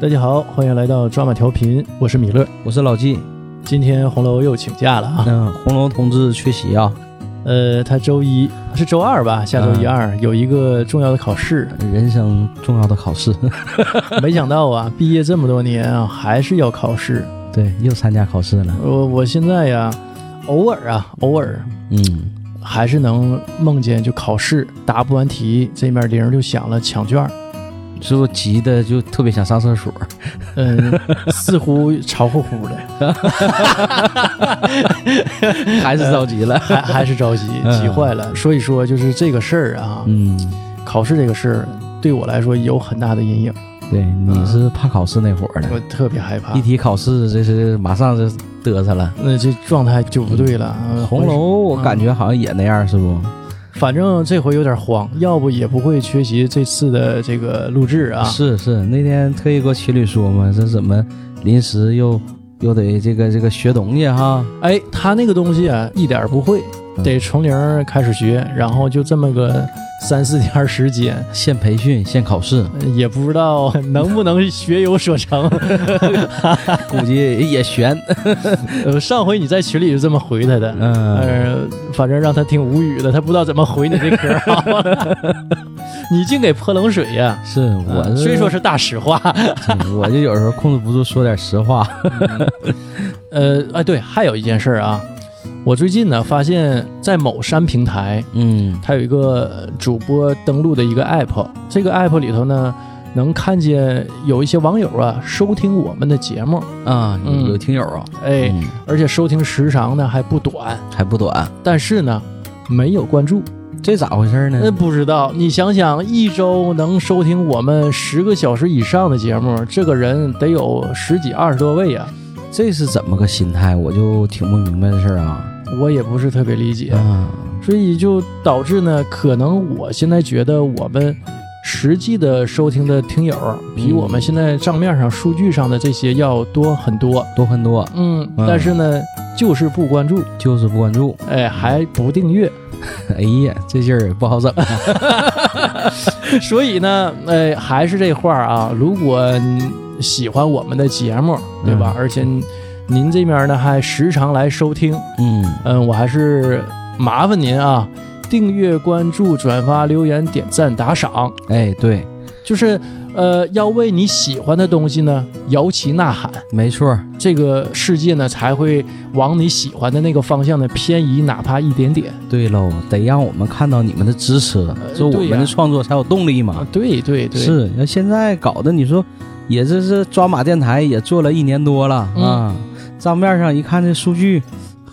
大家好，欢迎来到抓马调频，我是米勒。我是老纪。今天红楼又请假了啊，那红楼同志缺席啊，呃，他周一是周二吧？下周一啊二有一个重要的考试，人生重要的考试， 没想到啊，毕业这么多年啊，还是要考试。对，又参加考试了。我我现在呀、偶尔啊，偶尔嗯，还是能梦见就考试答不完题，这面铃儿就响了，抢卷儿。是不是急的就特别想上厕所？ 嗯，似乎潮乎乎的，还是着急了？还还是着急，急坏了。所以说，就是这个事儿啊， 嗯，考试这个事儿对我来说有很大的阴影，对，你是怕考试那会儿我的，特别害怕一。提考试，这是马上就嘚瑟了。那这状态就不对了。呃红楼，我感觉好像也那样，是不？反正这回有点慌，要不也不会缺席这次的这个录制啊。是是，那天特意给我情侣说嘛，这怎么临时又又得这个这个学东西哈？哎，他那个东西啊，一点儿不会，嗯得从零儿开始学，然后就这么个 三四天儿时间。现培训现考试，呃也不知 道能不能学有所成。估计也 悬。呃，上回你在群里就这么回他的，嗯，呃，反正让他挺无语的，他不知道怎么回你这嗑 儿。你净给泼冷水呀、是我呃是虽说是大实话， 嗯我就有时候控制不住说点实话。呃，哎，对，还有一件事儿啊，我最近呢发现，在某山平台，嗯它有一个呃主播登录的一个 app，这个 app 里头呢，能看见有一些网友啊收听我们的节目，啊，嗯有有听友啊，哎，嗯，而且收听时长呢还不短，还不短，但是呢。没有关注，这咋回事那呢？不知道。你想想，一周能收听我们十个小时以上的节目，这个人得有十几二十多位啊呀、这是怎么个心态？我就挺不明白这事儿啊。我也不是特别理解。啊，所以就导致呢，可能我现在觉得我们实际的收听的听友儿比嗯我们现在账面上数据上的这些要多很多。多很多，嗯，嗯但是呢，就是不关注，就是不关注。 哎，还不订阅， 哎呀，这劲儿也不好整。所以呢，哎，还是这话儿啊，如果你喜欢我们的节目，对吧？嗯而且您这边呢还时常来收听，嗯，嗯，我还是麻烦您啊，订阅、关注、转发、留言、点赞、打赏。哎，对，就是呃，要为你喜欢的东西呢摇旗呐喊，没错儿，这个世界呢才会往你喜欢的那个方向呢偏移，哪怕一点点。对喽，得让我们看到你们的支持，这我对呀们的创作才有动力嘛啊。，对对对，是，要现在搞的，你说也这是抓马电台也做了一年多了、嗯啊，账面上一看这数据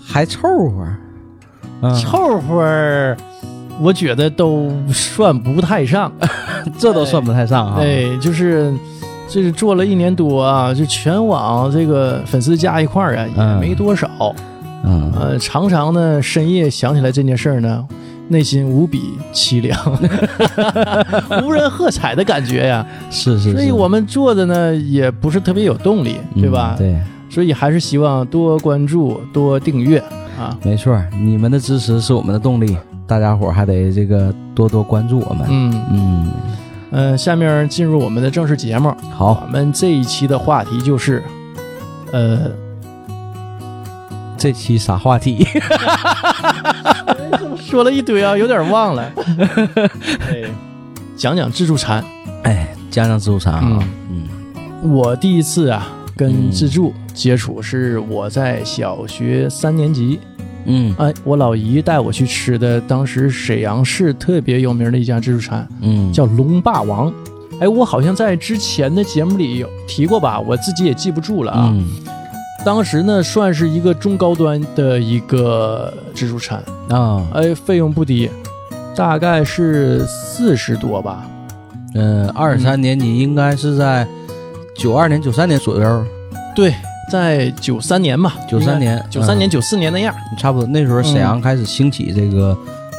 还凑合，啊，凑合儿，我觉得都算不太上。 啊这都算不太上啊。哎，就是。就是做了一年多啊，就全网这个粉丝加一块儿啊，也嗯没多少。嗯，呃，常常呢深夜想起来这件事儿呢，内心无比凄 凉， 无人喝彩的感觉呀。是嗯是是，所以我们做的呢也不是特别有动力，嗯对吧？对，所以还是希望多关注、多订阅啊。没错儿，你们的支持是我们的动力，大家伙儿还得这个多多关注我们。嗯嗯，嗯、呃下面进入我们的正式节目，我好，们这一期的话题就是，呃，这期啥话题？ 说了一堆啊，有点忘 了，哎讲讲自助餐。哎，讲讲自助餐啊，嗯我第一次啊跟嗯自助接触是我在小学三年级，嗯哎，我老姨带我去吃的，当时沈阳市特别有名的一家自助餐。嗯，叫龙霸王。哎，我好像在之前的节目里有提过吧，我自己也记不住了啊。嗯当时呢，算是一个中高端的一个自助餐，啊，哎，费用不低，大概是四十多吧。嗯，二三年级应该是在九二年、九三年左右，对，在九三年吧，九三年，应该，九三年、九四年那样。嗯差不多那时候沈阳开始兴起这个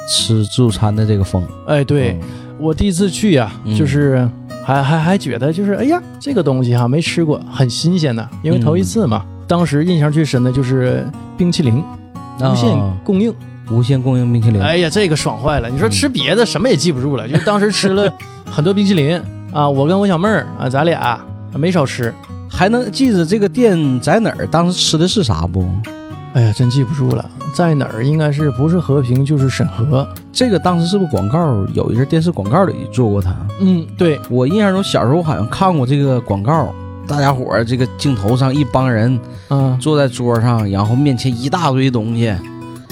吃自助餐的这个风。哎，对、我第一次去呀、嗯就是还还还觉得就是哎呀，这个东西哈、没吃过，很新鲜呢，因为头嗯一次嘛。当时印象最深的就是冰淇淋嗯，无限啊供应。无限供应冰淇淋，哎呀，这个爽坏了！你说吃别 的什么也记不住了，就当时吃了很多冰淇淋啊，我跟我小妹儿啊，咱俩没少吃。还能记着这个店在哪儿，当时吃的是啥不？哎呀，真记不住了，在哪儿？应该是不是和平就是沈河。这个当时是不是广告？有一阵电视广告里做过它。嗯，对，我印象中小时候好像看过这个广告，大家伙儿这个镜头上一帮人嗯坐在桌上，然后面前一大堆东西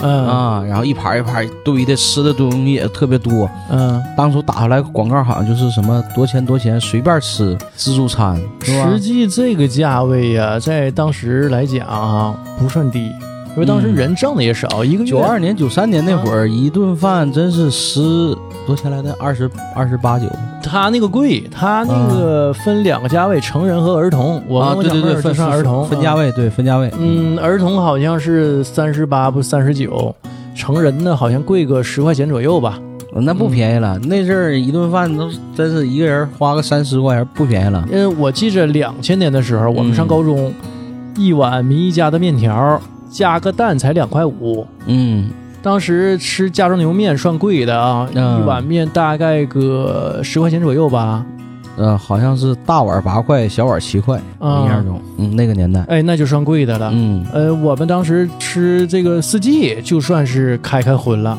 嗯啊，然后一盘一盘堆的吃的东西也特别多。嗯，当初打出来广告好像就是什么多钱多钱随便吃自助餐，是吧实？际这个价位呀、在当时来讲啊，不算低，因为当时嗯人挣的也少，一个月九二年、九三年那会嗯儿，一顿饭真是十多钱来的，二十二十八九。他那个贵，他那个分两个价位，成人和儿童。我啊，跟我对对小妹对，儿就分上儿童分价位。位，对分价位。啊嗯，儿童好像是三十八不三十九，成人呢好像贵个十块钱左右吧。嗯，那不便宜了。那阵儿一顿饭都真是一个人花个三十块钱，不便宜了。因为呃我记着两千年的时候，我们上嗯高中，一碗民一家的面条加个蛋才两块五。嗯，当时吃加州牛面算贵的啊，嗯一碗面大概个十块钱左右吧。呃，好像是大碗八块，小碗七块，啊印象中，嗯，那个年代，哎，那就算贵的了。嗯，呃，我们当时吃这个四季，就算是开开荤了。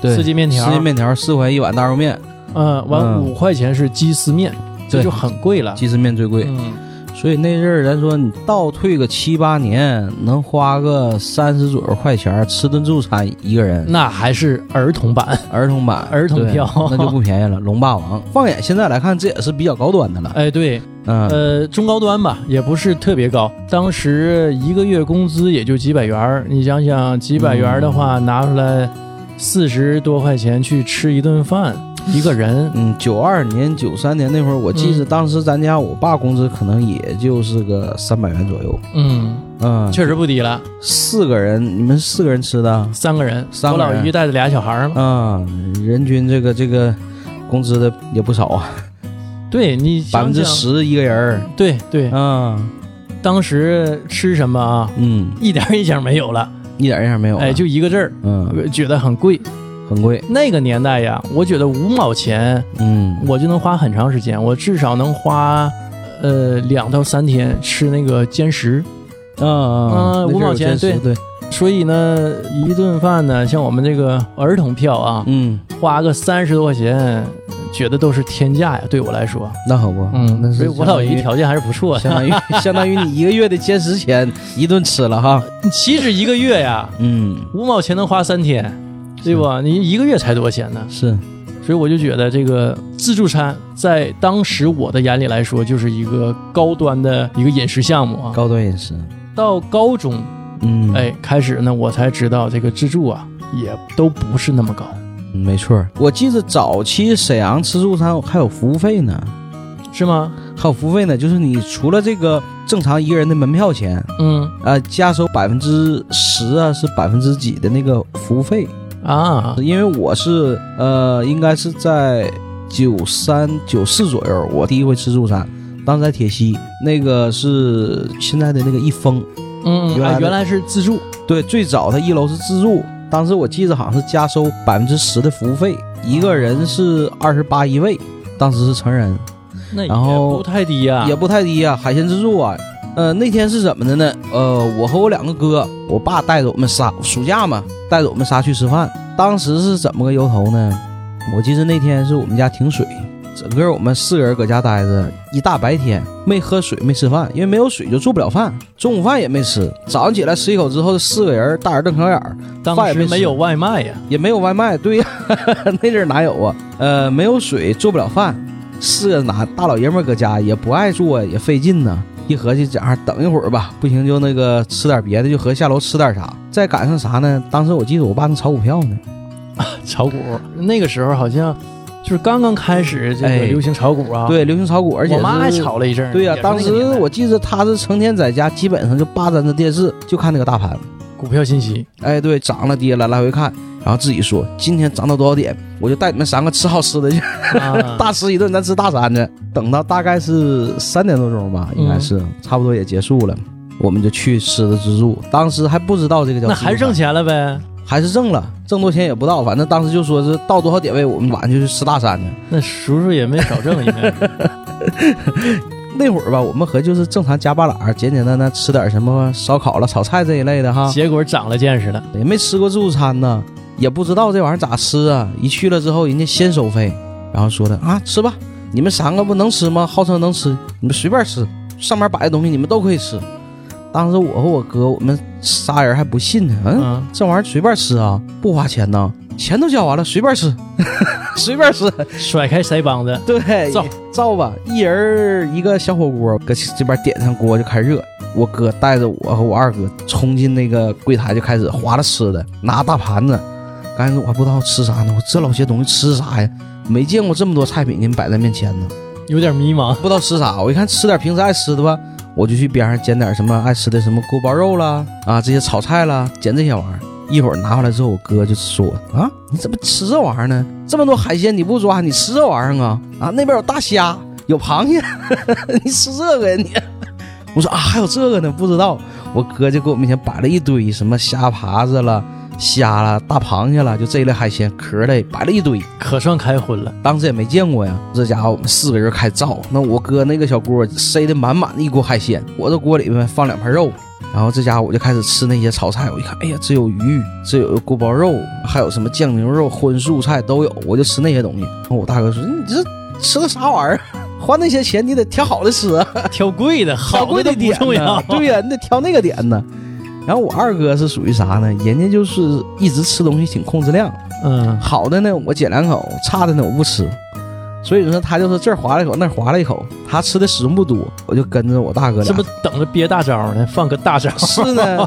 对，四季面条四季面条四块一碗大肉面，嗯，完嗯五块钱是鸡丝面，这对就很贵了。鸡丝面最贵。嗯，所以那阵儿咱说你倒退个七八年，能花个三十左右块钱吃顿自助餐一个人，那还是儿童 版。儿童版儿童对票那就不便宜了。龙霸王，放眼现在来看，这也是比较高端的了。 哎，对，嗯，呃，中高端吧，也不是特别高。当时一个月工资也就几百元儿，你想想，几百元儿的话，嗯拿出来四十多块钱去吃一顿饭，一个人，嗯，九二年、九三年那会儿，我记嗯得当时咱家我爸工资可能也就是个三百元左右。嗯，嗯，确实不低了。四个人，你们四个人吃的？三个人，三我个老人姨带着俩小孩儿嘛。啊，人均这个这个工资的也不少啊，对你百想分之想，十一个人儿。对对，啊，当时吃什么啊，嗯，一点儿影响没有了，一点印象没有啊。哎，就一个字儿，嗯，觉得很贵。很贵。那个年代呀，我觉得五毛钱嗯，我就能花很长时间，我至少能花呃两到三天吃那个煎食。啊啊嗯五毛钱对对，所以呢，一顿饭呢，像我们这个儿童票啊，嗯，花个三十多块钱，觉得都是天价呀，对我来说。那可不，那嗯，所以是我老姨条。条啊件还是不错相的。 当于相当于你一个月的兼职钱一顿吃了哈。岂止一个月呀，嗯，五毛钱能花三天，对不？你一个月才多少钱呢？是，所以我就觉得这个自助餐在当时我的眼里来说，就是一个高端的一个饮食项目啊。高端饮食。到高中嗯，，哎，开始呢，我才知道这个自助啊，也都不是那么高。嗯没错儿。我记得早期沈阳吃自助餐还有服务费呢，是吗？还有服务费呢，就是你除了这个正常一个人的门票钱，嗯呃，加收百分之十啊，是百分之几的那个服务费。啊，因为我是呃，应该是在九三九四左右，我第一回吃自助餐。当时在铁西，那个是现在的那个一丰，嗯，原来啊的原来是自助，对，最早它一楼是自助，当时我记得好像是加收百分之十的服务费，一个人是二十八一位，当时是成人，那也然后不太低呀、也不太低啊，海鲜自助啊。呃，那天是怎么的呢？呃，我和我两个哥，我爸带着我们仨，暑假嘛，带着我们仨去吃饭。当时是怎么个由头呢？我记得那天是我们家停水，整个我们四个人搁家待着，一大白天没喝水没吃饭，因为没有水就做不了饭，中午饭也没吃。早上起来吃一口之后，四个人大眼瞪小眼儿，当饭也时没没有外卖呀、也没有外卖，对呀、 那阵儿哪有啊？呃，没有水，做不了饭，四个男大老爷们儿搁家也不爱做，也费劲呢。一合计，这样啊等一会儿吧，不行就那个吃点别的，就合计下楼吃点啥。再赶上啥呢？当时我记得我爸正炒股票呢，炒股那个时候好像就是刚刚开始这个哎流行炒股啊。，对，流行炒股，而且我妈还是。炒了一阵儿。对呀、也是那当个时年代我记得他是成天在家，基本上就霸占着电视，就看那个大盘。股票信 息，哎，对，涨了跌了，来回看，然后自己说今天涨到多少点，我就带你们三个吃好吃的去。啊大吃一顿，咱吃大餐去。等到大概是三点多钟吧，应该嗯是、差不多也结束了，我们就去吃的自助。当时还不知道这个叫那自助还是挣餐，钱了呗？还是挣了，挣多钱也不到，反正当时就说是到多少点位，我们晚上就去吃大餐去。 那叔叔也没少挣，应该是。那会儿吧，我们合计就是正常加巴喇，简简单单吃点什么烧烤了、炒菜这一类的哈，结果长了见识了，也没吃过自助餐呢，也不知道这玩意儿咋吃啊。一去了之后，人家先收费，然后说的啊，吃吧，你们三个不能吃吗？号称能吃，你们随便吃，上面摆的东西你们都可以吃。当时我和我哥，我们仨人还不信呢，嗯，嗯，这玩意儿随便吃啊，不花钱呐，钱都交完了，随便吃， 随便吃，甩开腮帮子，对，造造吧，一人儿一个小火锅，搁这边点上锅就开热。我哥带着我和我二哥冲进那个柜台就开始划拉吃的，拿大盘子。刚开始我还不知道吃啥呢，我这老些东西吃啥呀？没见过这么多菜品给你摆在面前呢，有点迷茫，不知道吃啥。我一看吃点平时爱吃的吧，我就去边上捡点什么爱吃的什么锅包肉啦，啊这些炒菜啦，捡这些玩意儿。一会儿拿回来之后，我哥就说我啊，你怎么吃这玩意儿呢？这么多海鲜你不抓，你吃这玩意儿啊？啊，那边有大虾，有螃蟹， 你吃这个呀你？我说啊，还有这个呢，不知道。我哥就给我面前摆了一堆什么虾爬子了、虾啦、大螃蟹啦，就这一类海鲜壳类摆了一堆。可算开荤了，当时也没见过呀。这家伙我们四个人开造，那我哥那个小锅塞的满满的一锅海鲜，我这锅里面放两盘肉，然后这家伙我就开始吃那些炒菜。我一看，哎呀，这有鱼，这有锅包肉，还有什么酱牛肉、荤素菜都有，我就吃那些东西。然后我大哥说：“你这吃个啥玩意儿？ 花那些钱你得挑好的吃啊。”挑贵的，挑好贵的的都不点重要呢，，对呀、你得挑那个点呢。然后我二哥是属于啥呢？人家就是一直吃东西挺控制量，嗯，好的呢我捡两口，差的呢我不吃。所以说他就是这儿划了一口，那儿划了一口，他吃的始终不多，我就跟着我大哥这俩不。等着憋大招呢，放个大招，是呢，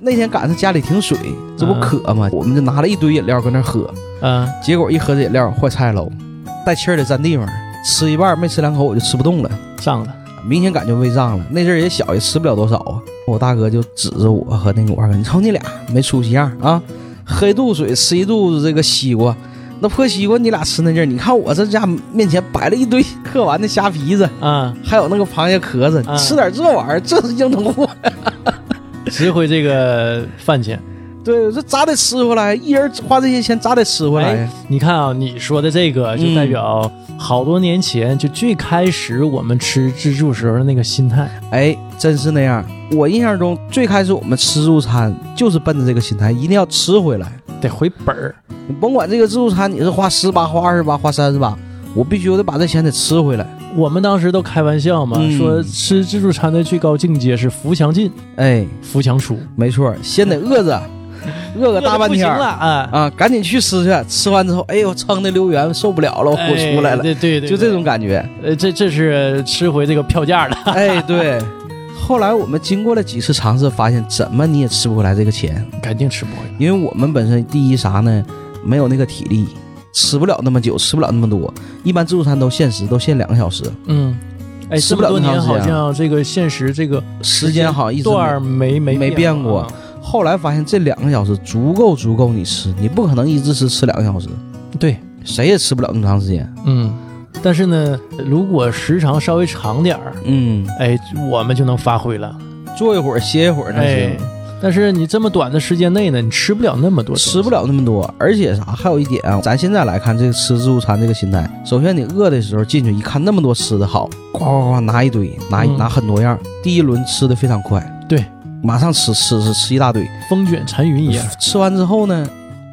那天赶上家里停水，这不渴吗？我们就拿了一堆饮料搁那儿喝，嗯，结果一喝这饮料坏菜喽，带气儿的占地方，吃一半没吃两口我就吃不动了。上了，明显感觉胃胀了。那阵儿也小，也吃不了多少啊。我大哥就指着我和那个我二哥，你瞅你俩没出息样啊，喝一肚水，吃一肚子这个西瓜，那破西瓜你俩吃那劲儿，你看我这家面前摆了一堆嗑完的虾皮子，啊，还有那个螃蟹壳子，嗯吃点这玩意儿，这是硬通货。 值回这个饭钱。对，这咋得吃回来？一人花这些钱咋得吃回来呀？你看啊，你说的这个就代表好多年前，就最开始我们吃自助时候的那个心态。哎，真是那样。我印象中最开始我们吃自助餐就是奔着这个心态，一定要吃回来。得回本儿，你甭管这个自助餐你是花十八、花二十八、花三十八，我必须我得把这钱得吃回来。我们当时都开玩笑嘛，嗯说吃自助餐的最高境界是扶墙进，哎，扶墙出，没错，先得饿着，饿个大饿得半天不行了儿啊！啊，赶紧去吃去。吃完之后，哎呦，撑的溜圆，受不了了，我哎出来了，对对对，就这对，种感觉。呃，这这是吃回这个票价了。 哎，对。后来我们经过了几次尝试，发现怎么你也吃不回来这个钱，肯定吃不回来。因为我们本身第一啥呢，没有那个体力，吃不了那么久，吃不了那么多。一般自助餐都限时，都限两个小时，嗯，哎，吃这不么了多那年长时好间像这个现实这个时间好像一直段儿没没没变变过啊后来发现这两个小时足够足够你吃，你不可能一直吃吃两个小时，对，谁也吃不了那么长时间。嗯。但是呢，如果时长稍微长点儿，嗯，哎，我们就能发挥了。坐一会儿歇一会儿那哎行，，但是你这么短的时间内呢，你吃不了那么多，吃不。了那么多。而且啥，还有一点啊，咱现在来看这个吃自助餐这个心态，首先你饿的时候进去一看那么多吃的好，呱呱呱拿一堆，拿一嗯拿很多样。第一轮吃的非常快，对，哎马上吃吃吃吃一大堆，风卷残云一样。吃完之后呢，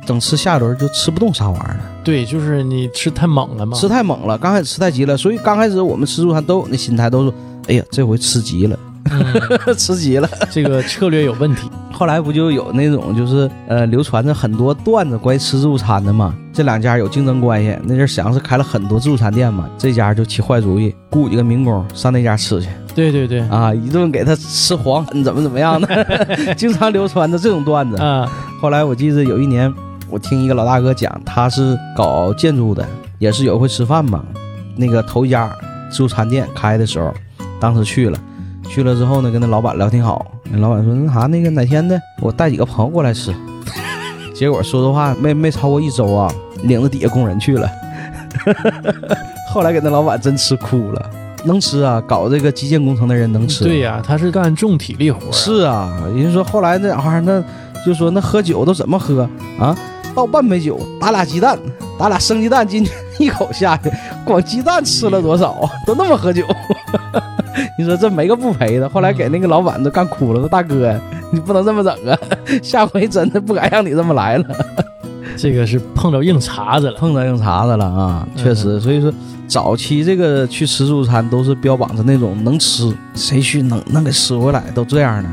等吃下一轮就吃不动啥玩意儿了。对，就是你吃太猛了嘛。吃太猛了，刚开始吃太急了，所以刚开始我们吃自助餐都有那心态，都说，哎呀，这回吃急了，嗯 吃急了。这个策略有问题。后来不就有那种就是呃流传着很多段子关于吃自助餐的嘛？这两家有竞争关系，那阵儿沈阳是开了很多自助餐店嘛，这家就起坏主意，雇几个民工上那家吃去对对对，啊、啊，一顿给他吃黄，怎么怎么样的， 经常流传着这种段子。啊后来我记得有一年，我听一个老大哥讲，他是搞建筑的，也是有一回吃饭嘛，那个头一家自助餐店开的时候，当时去了，去了之后呢，跟那老板聊挺好，那老板说那啥那个哪天呢，我带几个朋友过来吃，结果说实话没没超过一周啊，领着底下工人去了，后来给那老板真吃哭了，能吃啊，搞这个基建工程的人能吃，对呀、他是干重体力活儿啊。是啊，人家说后来那玩意儿，那就说那喝酒都怎么喝啊？倒半杯酒，打俩鸡蛋，打俩生鸡蛋进去，一口下去，光鸡蛋吃了多少啊？都那么喝酒， 你说这没个不赔的。后来给那个老板都干哭了，说大哥， 你不能这么整啊，下回真的不敢让你这么来了。这个是碰到硬茬子了。碰到硬茬子了啊，嗯确实，所以说早期这个去吃自助餐都是标榜着那种能吃，谁去能能给吃回来都这样的。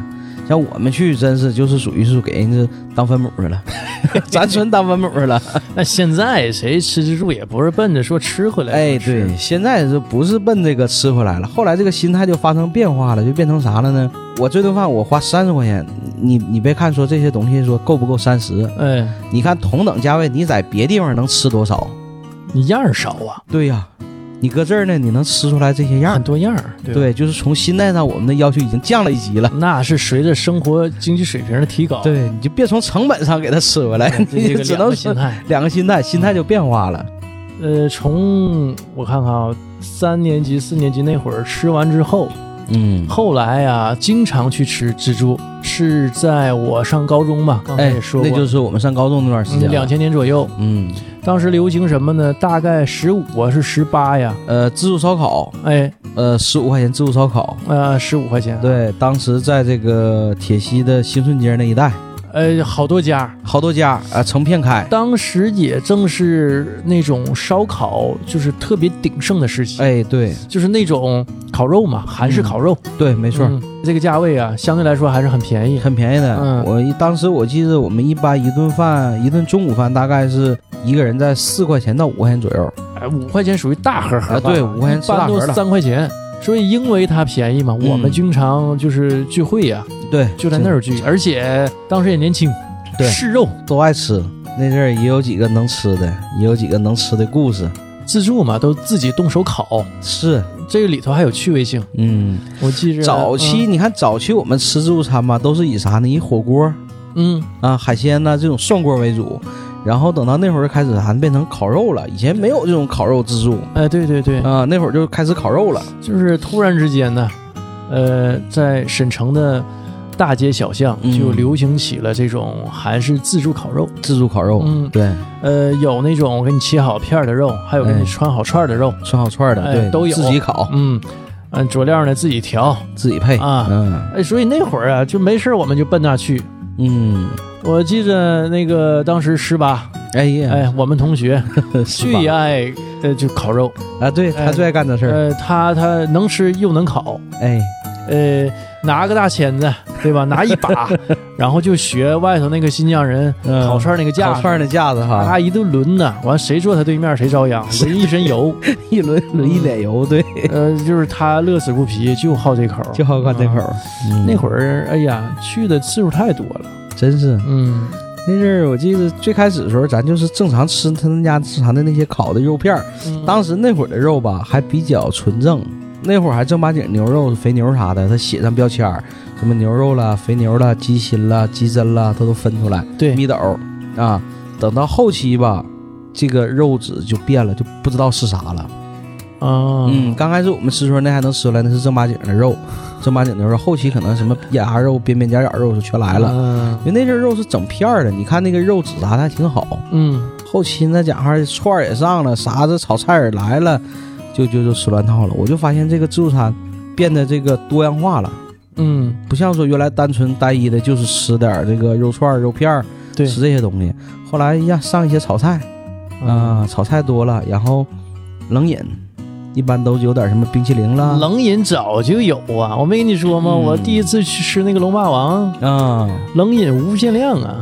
像我们去真是就是属于是给人家当分母去 了，咱纯当分母去了。那现在谁吃自助也不是奔着说吃回 来，哎，对，，现在就不是奔这个吃回来了，后来这个心态就发生变化了，就变成啥了呢？我这顿饭我花三十块钱，你你别看说这些东西说够不够三十，哎，你看同等价位你在别地方能吃多少？你样儿少啊，对呀、你搁这儿呢，你能吃出来这些样很儿。多样儿，对啊吧对，就是从心态上，我们的要求已经降了一级了。那是随着生活经济水平的提高，对，你就别从成本上给它吃回 来，哎，哦这你个就只两能个心态。嗯两个心态，心态就变化了。呃，从我看看啊，三年级、四年级那会儿吃完之后，嗯，后来啊，经常去吃自助，是在我上高中吧，刚才哎也，说那过，嗯就是我们上高中那段时间。两，千年左右，嗯，当时流行什么呢？大概十五啊，是十八呀，呃，自助烧烤，哎，呃，十五块钱自助烧烤。呃，十五块钱，，对，当时在这个铁西的兴顺街那一带，呃，好多家。好多家啊、呃成片开。当时也正是那种烧烤就是特别鼎盛的时期，哎，对就是那种烤肉嘛，韩式嗯烤肉，对，没没错，这个价位啊，相对来说还是很便宜。很便宜的。嗯我一当时我记得我们一般一顿饭，一顿中午饭大概是一个人在四块钱到五块钱左右。哎，五块钱属于大盒盒啊，吧，对，五块钱吃一般大都盒了。三块钱。所以因为它便宜嘛，嗯我们经常就是聚会呀、对，就在那儿聚，而且当时也年轻，对试肉都爱吃。那阵儿也有几个能吃的，也有几个能吃的故事。自助嘛，都自己动手烤，是，这个里头还有趣味性。嗯，我记着早期、嗯你看，早期我们吃自助餐吧，都是以啥呢？以火锅嗯，啊、海鲜呐、这种涮锅为主。然后等到那会儿开始，还变成烤肉了。以前没有这种烤肉自助嗯，哎，对对对，啊、那会儿就开始烤肉了。就是突然之间呢，呃，在沈城的大街小巷嗯就流行起了这种韩式自助烤肉。自助烤肉，嗯，对，呃，有那种给你切好片儿的肉，还有给哎你穿好串儿的肉。串好串的，哎对，都有自己烤，嗯，嗯，佐料呢自己调。自己配啊嗯哎，所以那会儿啊，就没事儿我们就奔那去。嗯，我记着那个当时十八，哎呀，哎，我们同学是吧最爱呃就烤肉，啊，对他哎最爱干这事儿，呃，他他能吃又能烤，哎，呃，拿个大钳子，对 吧？拿一把，然后就学外头那个新疆人嗯烤串儿那个架烤子，串的架子哈，他一顿抡呐，完谁坐他对面谁遭 殃，是淋一身油。一轮轮一脸油，对，呃，就是他乐此不疲，就好这口，就好看这口啊。儿。嗯那会儿，哎呀，去的次数太多了。真是嗯，那阵儿，我记得最开始的时候，咱就是正常吃他们家正常的那些烤的肉片儿。嗯当时那会儿的肉吧，还比较纯正，那会儿还正八经牛肉、肥牛啥的，它写上标签儿，什么牛肉啦、肥牛啦、鸡心啦、鸡胗啦，它都分出来。对米斗儿啊，等到后期吧，这个肉质就变了，就不知道是啥了。啊，嗯，刚开始我们吃的时候那还能吃出来，那是正八经的肉，正八经牛肉。后期可能什么眼牙肉、边边角角肉就全来了。了，因为那阵儿肉是整片儿的，你看那个肉质啊啥的还挺好。嗯，后期那家伙串儿也上了，啥子炒菜也来了，就就就吃乱套了。我就发现这个自助餐变得这个多样化了，嗯，不像说原来单纯单一的，就是吃点儿这个肉串儿、肉片儿，对，吃这些东西。后来呀，上一些炒菜啊、嗯，炒菜多了，然后冷饮，一般都有点什么冰淇淋啦，冷饮早就有啊，我没跟你说吗？啊嗯我第一次去吃那个龙霸王，啊， 冷饮无限量啊。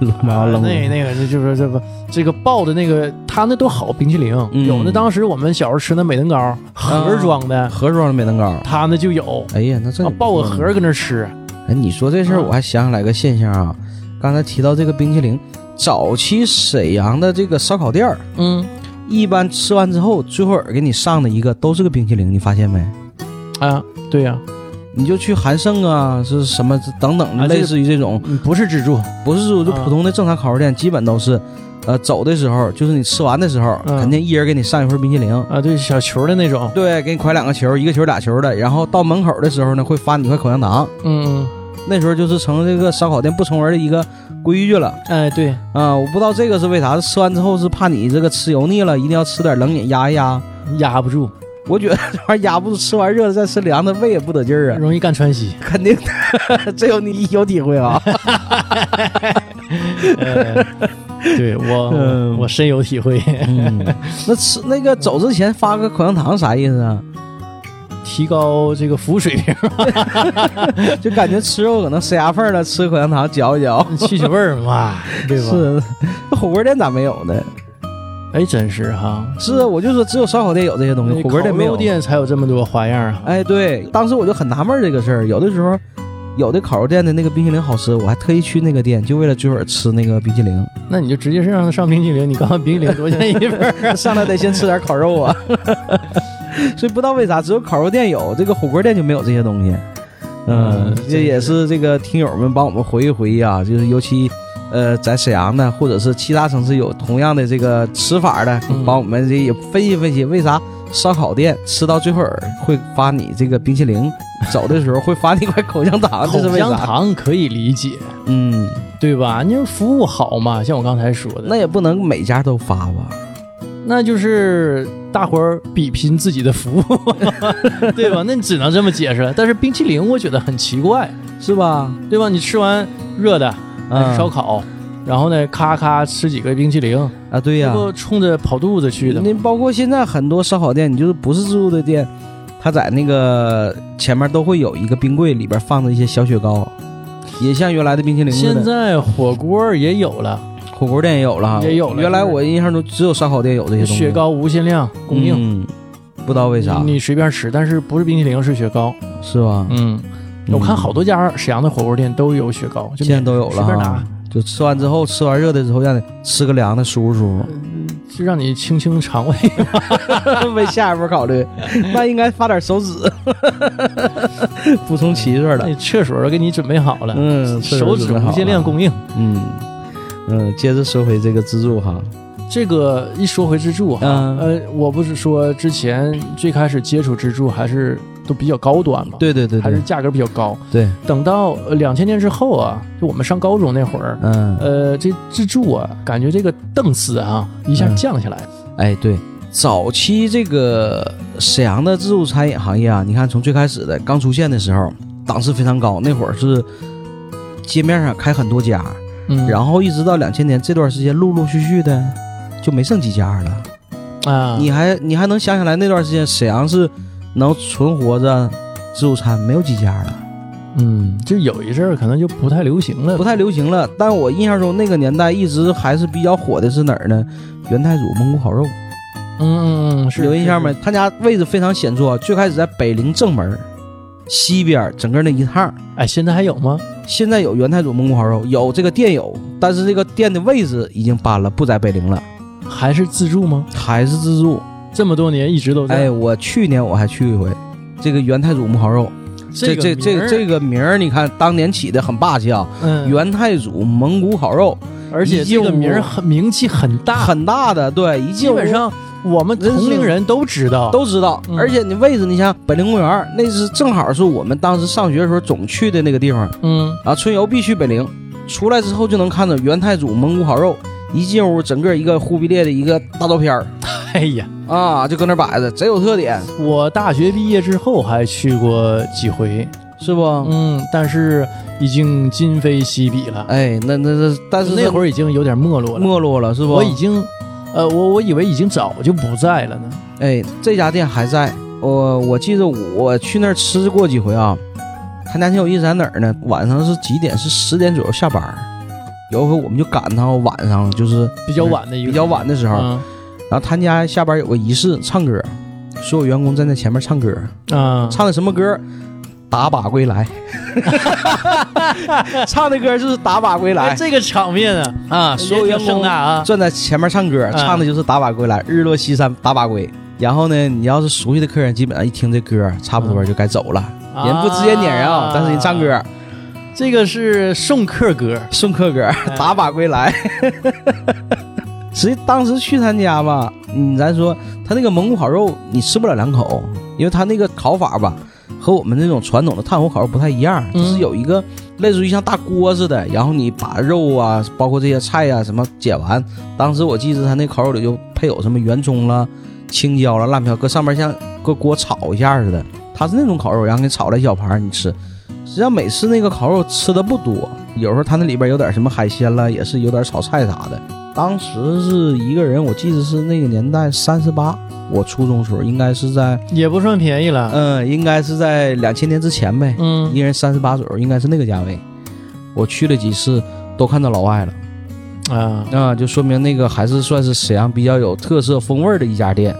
冷啊，冷那那个那就是这不这个爆的那个，它那都好冰淇淋，嗯有的当时我们小时候吃那美登糕盒装的，盒装的美登糕。它那就有，哎呀，那这啊你爆个不能盒啊搁那吃，哎，你说这事儿，我还想起来个现象啊。刚才提到这个冰淇淋，早期沈阳的这个烧烤店儿，嗯一般吃完之后，最后儿给你上的一个都是个冰淇淋，你发现没？啊，对呀、你就去韩盛啊，是什么等等啊的，这个类似于这种，嗯不是自助，不是说就啊普通的正常烤肉店，基本都是，呃，走的时候就是你吃完的时候，嗯肯定一人给你上一份冰淇淋。啊，对小球的那种，对，给你㧟两个球，一个球俩球的，然后到门口的时候呢，会发你一块口香糖，嗯，嗯那时候就是成这个烧烤店不成文的一个规矩了哎，对，啊、我不知道这个是为啥，吃完之后是怕你这个吃油腻了，一定要吃点冷饮压一压。压不住，我觉得这玩意儿压不住，吃完热的再吃凉的，胃也不得劲儿啊。容易干川 西。肯定的， 这有你有体会啊。呃对我，我嗯我深有体会。嗯 那吃那个走之前发个口香糖啥意思啊？提高这个服务水平，就感觉吃肉可能塞牙缝儿了，吃口香糖嚼一嚼。去去味儿嘛，对吧？，是，那火锅店咋没有呢？哎，真是哈，是，我就说只有烧烤店有这些嗯东西，火锅店没烤肉有。店才有这么多花样啊。哎，对，当时我就很纳闷儿这个事儿。有的时候，有的烤肉店的那个冰淇淋好吃，我还特意去那个店，就为了追会儿吃那个冰淇淋。那你就直接是让他上冰淇淋，你告诉他冰淇淋多少钱一份儿？啊 上来得先吃点烤肉啊。所以不知道为啥，只有烤肉店有，这个火锅店就没有这些东西。嗯嗯，这也是这个听友们帮我们回忆回忆啊，就是尤其呃在沈阳的，或者是其他城市有同样的这个吃法的嗯，帮我们这也分析分析，为啥烧烤店吃到最后儿会发你这个冰淇淋，走的时候会发你一块口香糖，啊这是口为香啥？糖可以理解，嗯，对吧？你说服务好嘛，像我刚才说的，那也不能每家都发吧。那就是大伙儿比拼自己的服务， 对吧？那你只能这么解释了。但是冰淇淋我觉得很奇怪，是吧？对吧？你吃完热的、哎嗯，烧烤，然后呢，咔咔吃几个冰淇淋，啊，对呀、这不冲着跑肚子去的吗？那包括现在很多烧烤店，你就是不是自助的店，它在那个前面都会有一个冰柜，里边放着一些小雪糕，也像原来的冰淇淋似现的。在火锅儿也有了，火锅店也有了哈，也有了原来我印象中只有烧烤店有这些东西。雪糕无限量供应，嗯，不知道为啥，你随便吃，但是不是冰淇淋是雪糕。是吧？嗯，我看好多家沈阳的火锅店都有雪糕，就现在都有随了便哈拿，，就吃完之后，吃完热的之后，让你吃个凉的，舒服舒就让你清清肠胃。 服。为下一步考虑，那应该发点手指， 补充齐顺 了。那厕所都给你准备好了，嗯，手指无限量量供。供应。嗯嗯，接着说回这个自助哈，这个一说回自助哈，嗯呃，我不是说之前最开始接触自助还是都比较高端嘛，对对对还是对价格比较高。对，等到呃两千年之后啊，就我们上高中那会儿，嗯，呃，这自助啊，感觉这个档次啊一下降下来了。哎对，早期这个沈阳的自助餐饮行业啊，你看从最开始的刚出现的时候，档次非常高，那会儿是街面上开很多家，嗯，然后一直到两千年这段时间，陆陆续续的就没剩几家了。啊，你还你还能想起来那段时间沈阳是能存活着自助餐没有几家了？嗯，就有一阵儿可能就不太流行了 不。太流行了。但我印象中那个年代一直还是比较火的是哪儿呢？元太祖蒙古烤肉，嗯嗯嗯，是有印象没是？他家位置非常显著，啊最开始在北陵正门西边整个那一趟。哎，现在还有吗？现在有元太祖蒙古烤肉，有这个店有，但是这个店的位置已经搬了，不在北陵了，还是自助吗？还是自助。这么多年一直都在。哎，我去年我还去一回，这个元太祖蒙古烤肉，这这这这这个个名儿，你看当年起的很霸气啊！名儿，嗯，元太祖蒙古烤肉而且这个已经名儿很名气很大，很大的，对，一基进屋本上我们同龄人都知道。都知道嗯。而且你位置，你像北陵公园儿那是正好是我们当时上学的时候总去的那个地方嗯，啊。春游必去北陵，出来之后就能看到元太祖蒙古烤肉，一进屋整个一个忽必烈的一个大照片儿哎呀，啊，就搁那摆着，贼有特点，我大学毕业之后还去过几回，是不？嗯，但是已经今非昔比了，哎，那那那，哎但是那会儿儿已经有点没落了。没落了，是不？我已经，呃，我我以为已经早就不在了呢。哎，这家店还在。我我记得我去那儿吃过几回啊。他家挺有意思，在哪儿呢？晚上是几点？是十点左右下班儿。有一回我们就赶上晚上，就是比较晚的一个哎比较晚的时候，啊然后他家下边有个仪式，唱歌，所有员工站在前面唱歌，啊，唱的什么歌？打靶归 来，唱的歌就是打靶归哎来这个场面啊，啊！所有也员挺盛工大啊，站在前面唱歌，嗯唱的就是打靶归来，日落西山打靶归。然后呢，你要是熟悉的客人，基本上一听这歌，差不多就该走了。人不直接撵人嗯啊，但是人唱歌，这个是送客歌，送客歌，打靶归来。实际当时去他家吧，嗯，咱说他那个蒙古烤肉你吃不了两口，因为他那个烤法吧，和我们那种传统的炭火烤肉不太一样，嗯就是有一个类似于像大锅似的，然后你把肉啊，包括这些菜啊什么剪完，当时我记得他那烤肉里就配有什么圆葱啦、青椒啦、辣椒，搁上面像搁锅炒一下似的。它是那种烤肉，然后给你炒了一小盘儿你吃。实际上每次那个烤肉吃的不多，有时候它那里边有点什么海鲜了，也是有点炒菜啥的。当时是一个人，我记得是那个年代三十八，我初中时候应该是在，也不算便宜了。嗯、应该是在两千年之前呗，嗯一人三十八左右，应该是那个价位。我去了几次，都看到老外了，啊，啊、就说明那个还是算是沈阳比较有特色风味儿的一家店，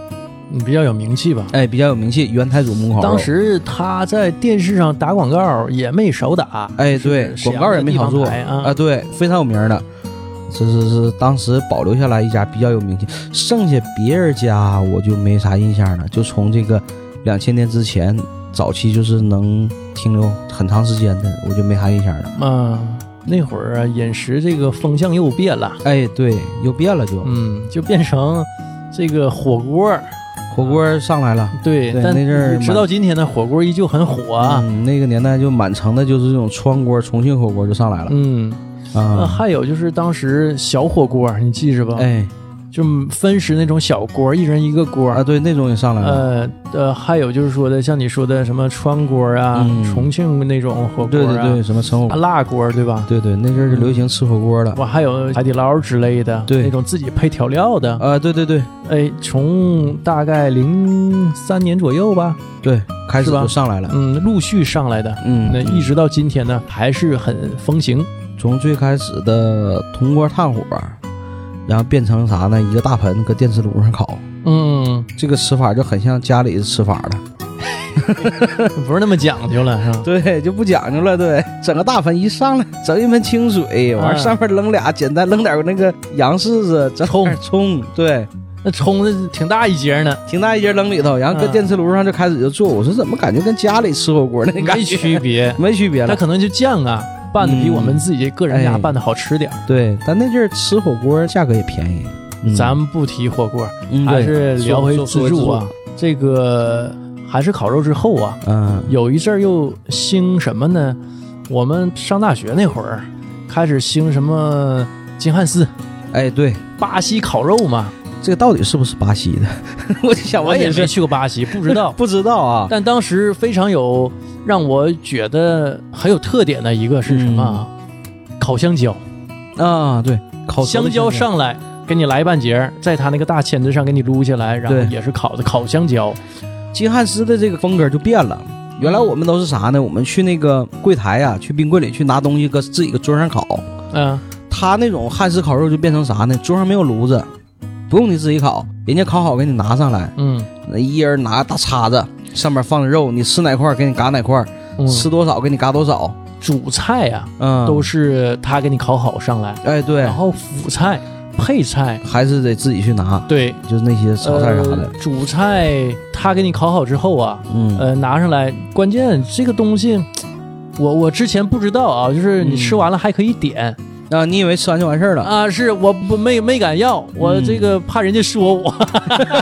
你比较有名气吧？哎，比较有名气。原台祖门口，当时他在电视上打广告也没少打，哎，对，沈广阳告也的没地少方做牌啊啊，对，非常有名的，这是是当时保留下来一家比较有名气，剩下别人家我就没啥印象了，就从这个两千年之前早期就是能停留很长时间的，我就没啥印象了。嗯，那会儿啊，饮食这个风向又变了，哎，对，又变了就，嗯，就变成这个火锅儿，火锅上来了。对，对但那阵儿直到今天呢，火锅依旧很火啊。嗯，那个年代就满城的就是这种川锅、重庆火锅就上来了嗯，那啊，还有就是当时小火锅，你记着吧，哎就分食那种小锅，一人一个锅。啊，对，那种也上来了，呃呃，还有就是说的，像你说的什么川锅啊、嗯重庆那种火锅对啊、对对，什么城火啊锅，辣锅，对吧？对对，那阵儿就流行吃火锅了。我还有海底捞之类的，对那种自己配调料的。啊，对对对，哎，从大概零三年左右吧，对，开始是吧就上来了。嗯，陆续上来的。嗯，那一直到今天呢，还是很风行。从最开始的铜锅炭火，然后变成啥呢？一个大盆搁电磁炉上烤，嗯，这个吃法就很像家里的吃法了。 不是那么讲究了，是吧？对，就不讲究了。对，整个大盆一上来，整一盆清水，完、嗯上面扔俩，简单扔点那个洋柿子，整点葱，对，那冲的挺大一截呢，挺大一截扔里头，然后搁嗯电磁炉上就开始就做。我说怎么感觉跟家里吃火锅那感没觉区 别。没区别它了？可能就酱啊拌的比嗯我们自己个人家哎拌的好吃点儿。对，但那阵儿吃火锅价格也便宜。嗯咱们不提火锅，嗯还是对聊回自助啊。这个还是烤肉之后啊，嗯，有一阵儿又兴什么呢？我们上大学那会儿开始兴什么金汉斯、哎，对，巴西烤肉嘛。这个到底是不是巴西的？ 我就想啊我问也你没是，去过巴西，不知 道。 不知道啊？但当时非常有让我觉得很有特点的一个是什么啊？烤香蕉，啊，对，烤熟香的蕉上来给你来半截儿，在他那个大签子上给你撸下来，然后对也是烤的烤香蕉。金汉斯的这个风格就变了。原来我们都是啥呢？我们去那个柜台呀、去冰柜里去拿东西，搁自己个桌上烤。嗯，他那种汉斯烤肉就变成啥呢？桌上没有炉子，不用你自己烤，人家烤好给你拿上来，嗯，那一人拿大叉子，上面放着肉，你吃哪块儿给你嘎哪块儿，嗯吃多少给你嘎多少。主菜啊，嗯，都是他给你烤好上来，哎对然，后辅菜、配菜，还是得自己去拿，对，就是那些炒菜啥呃的。主菜他给你烤好之后啊，嗯，呃，拿上来，关键这个东西，我我之前不知道啊，就是你嗯吃完了还可以点、啊，你以为吃完就完事儿了？啊，是我不没没敢要，我嗯这个怕人家说我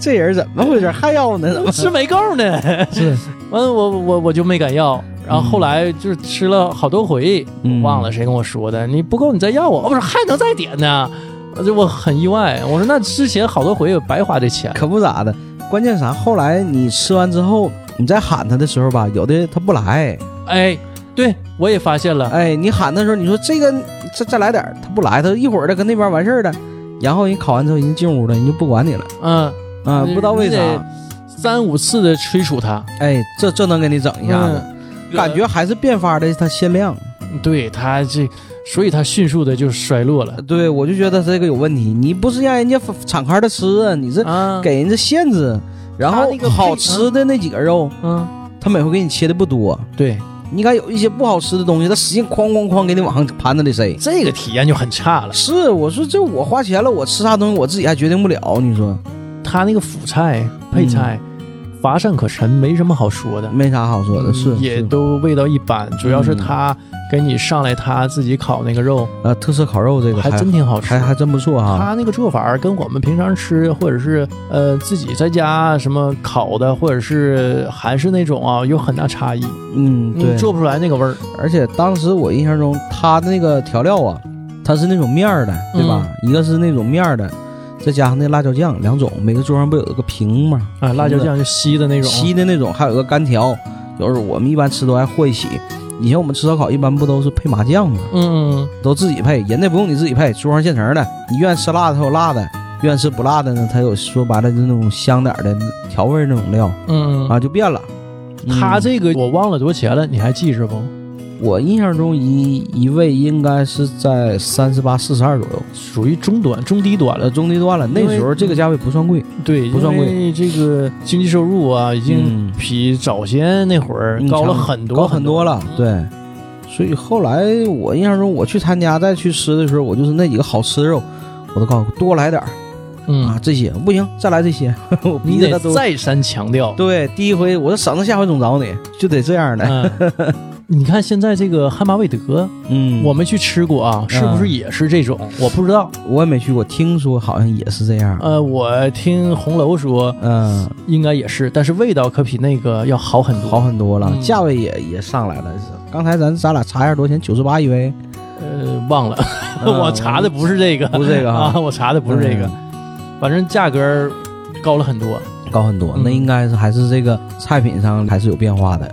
这人怎么回事？还要呢？怎么吃没够呢，是？完了我我我就没敢要，然后后来就是吃了好多回， 嗯忘了谁跟我说的，你不够你再要我，我说还能再点呢，我就我很意外，我说那之前好多回也白花这钱，可不咋的。关键啥？后来你吃完之后，你再喊他的时候吧，有的他不来。哎，对我也发现了，哎，你喊的时候，你说这个再再来点儿，他不来，他一会儿再跟那边完事儿了。然后人烤完之后，人进屋了，人就不管你了嗯，啊，你不知道为啥你。得三五次的催促他哎，这这能给你整一下子，嗯 感觉还是变法的，它限量。对他这，所以他迅速的就衰落了对，我就觉得这个有问题。你不是让人家敞开的吃啊，你这啊，给人家限制。然他后那个配好吃的那几个肉，嗯，他每回给你切的不多，对，你看有一些不好吃的东西，他使劲哐哐哐给你往上盘子里塞。这个体验就很差了。是，我说这我花钱了，我吃啥东西我自己还决定不了，你说他那个辅菜配菜，乏善可陈，没什么好说的。没啥好说的，是嗯也是都味道一般，主要是嗯他给你上来他自己烤那个肉，呃特色烤肉这个还还真挺好吃还。还真不错哈。他那个做法儿跟我们平常吃，或者是呃自己在家什么烤的，或者是韩式那种啊，有很大差异，嗯，你对，做不出来那个味儿。而且当时我印象中他那个调料啊，它是那种面儿的，对吧？嗯一个是那种面儿的，再加上那辣椒酱两种，每个桌上不有一个瓶吗？啊，辣椒酱就稀的那种，稀的那种，还有一个干条，有时候我们一般吃都爱和一起。以前我们吃烧烤一般不都是配麻酱吗？嗯，都自己配，人家不用你自己配，桌上现成的。你愿意吃辣的，它有辣的；愿意吃不辣的呢，它有说白了就那种香点儿的调味儿那种料嗯嗯啊，就变了。他嗯这个我忘了多少钱了，你还记着不？我印象中一一位应该是在三十八、四十二左右，属于中短、中低端呃，了。中低端了。那因为时候这个价位不算贵，对，不算贵因为这个经济收入啊，已经嗯比早先那会儿嗯高了强很多嗯高很多了。对，所以后来我印象中我去他家再去吃的时候，我就是那几个好吃的肉，我都告诉我多来点儿啊嗯，，这些不行，再来这些， 我你逼着得他都。再三强调。对，第一回我就省得下回总找你，就得这样的。嗯， 你看现在这个汉巴韦德，嗯，我没去吃过啊，是不是也是这种？我不知道。我也没去过，听说好像也是这样。呃，我听红楼说嗯，应该也是，但是味道可比那个要好很多。好很多了，嗯价位也也上来了。刚才咱咱俩查一下多少钱，九十八一 位。呃，忘了，嗯 我查的不是这个，不是这 个嗯啊，哈我查的不是这个，反正价格儿高了很多。高很多，嗯那应该是还是这个菜品上还是有变化的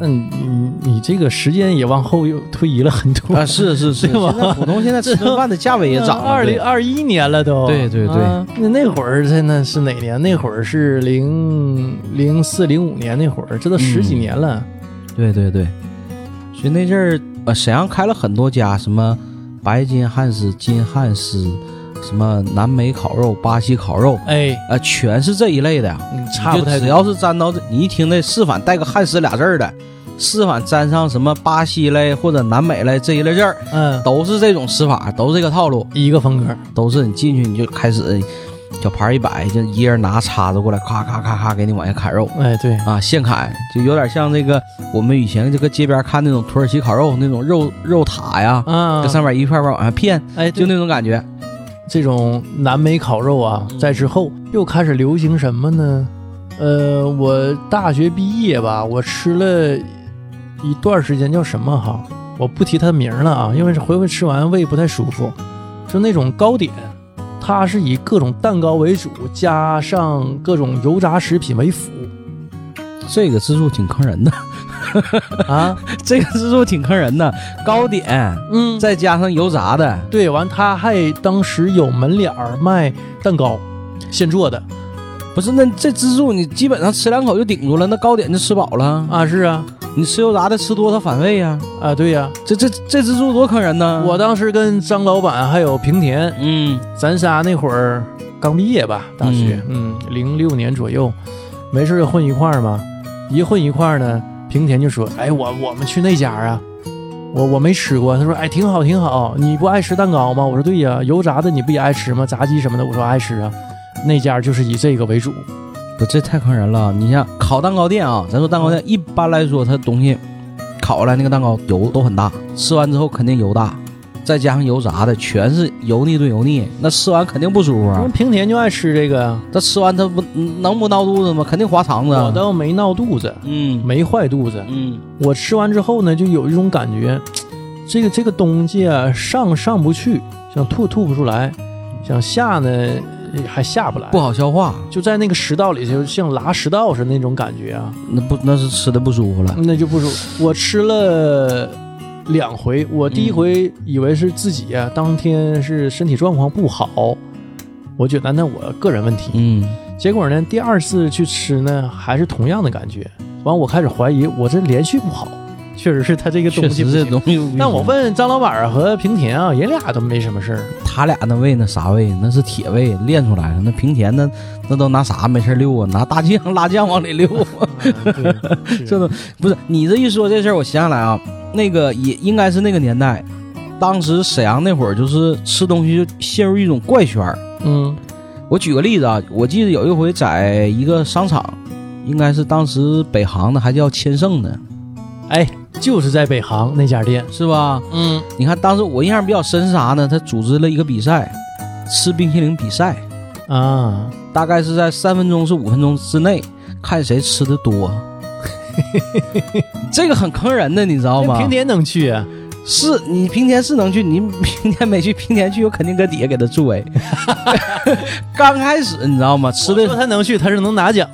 那你你你这个时间也往后又推移了很多啊！是是是，对吧现在普通现在吃顿饭的价 位也涨了， 二对零二一年了都。对对对啊那、那会儿真的是哪年？那会儿是零零四零五年那会儿，这都十嗯几年了。对对对，所以那阵儿呃，沈阳开了很多家，什么白金汉斯、金汉斯，什么南美烤肉、巴西烤肉，哎，呃，全是这一类的呀。嗯，差不就太只多。要是沾到这，你一听这是反带个汉斯俩字儿的，是反沾上什么巴西嘞或者南美嘞这一类字儿，嗯，都是这种吃法，都是这个套路。一个风格。都是你进去你就开始小盘儿一摆，就一人拿叉子过来，咔咔咔咔给你往下砍肉哎，对，啊，现砍，就有点像那个我们以前这个街边看那种土耳其烤肉那种肉肉塔呀，啊这，上面一块块往下片，哎，就就那种感觉。这种南美烤肉啊，在之后又开始流行什么呢？呃，我大学毕业吧，我吃了一段时间叫什么哈，我不提它名了啊，因为是回回吃完胃不太舒服，就那种糕点。它是以各种蛋糕为主，加上各种油炸食品为辅这个自助挺坑人的，啊，这个自助挺坑人的，糕点 嗯，再加上油炸的，对，完它还当时有门脸儿卖蛋糕，现做的不是那这自助你基本上吃两口就顶住了，那糕点就吃饱了，啊，是啊，你吃油炸的吃多它反胃呀，啊，对呀、这这这自助多坑人呢。我当时跟张老板还有平田，嗯咱仨那会儿刚毕业吧，大学，嗯，零六、年左右，没事儿就混一块儿嘛。一混一块儿呢，平田就说：“哎，我我们去那家啊，我我没吃过。”他说：“哎，挺好挺好。你不爱吃蛋糕吗？”我说：“对呀、油炸的你不也爱吃吗？炸鸡什么的，我说爱吃啊。”那家就是以这个为主，不，这太坑人了！你像烤蛋糕店啊，咱说蛋糕店一般来说，它东西烤出来那个蛋糕油都很大，吃完之后肯定油大，再加上油炸的，全是油腻对油腻，那吃完肯定不舒服因啊为。平田就爱吃这个，它吃完它不能不闹肚子吗？肯定划肠子啊。我倒没闹肚子，嗯没坏肚子。嗯我吃完之后呢，就有一种感觉，这个这个东西啊，上上不去，想吐吐不出来，想下呢还下不来，不好消化，就在那个食道里，就像拉食道似的那种感觉啊，那不那是吃的不舒服了。那就不舒服。我吃了两回，我第一回以为是自己啊，当天是身体状况不好，我觉得那我个人问题，嗯，结果呢，第二次去吃呢，还是同样的感觉。完，我开始怀疑我这连续不好，确实是他这个东确西实不这行。东西不行。但我问张老板儿和平田啊，人俩都没什么事儿。他俩那胃那啥胃，那是铁胃练出来的。那平田那那都拿啥没事儿溜啊？拿大酱辣酱往里溜啊。嗯 对，这都不是你这一说这事儿，我想起来啊，那个也应该是那个年代，当时沈阳那会儿就是吃东西就陷入一种怪圈儿。嗯我举个例子啊，我记得有一回在一个商场，应该是当时北航的还叫千盛呢，哎，就是在北航那家店。是吧？嗯，你看当时我印象比较深是啥呢？他组织了一个比赛，吃冰淇淋比赛，啊，大概是在三分钟至五分钟之内，看谁吃的多。 这个很坑人的，你知道那吗？平田能去啊？是你平田是能去，你平田没去，平田去我肯定搁底下给他助威。 刚开始你知道吗？吃我说的他能去，他是能拿奖。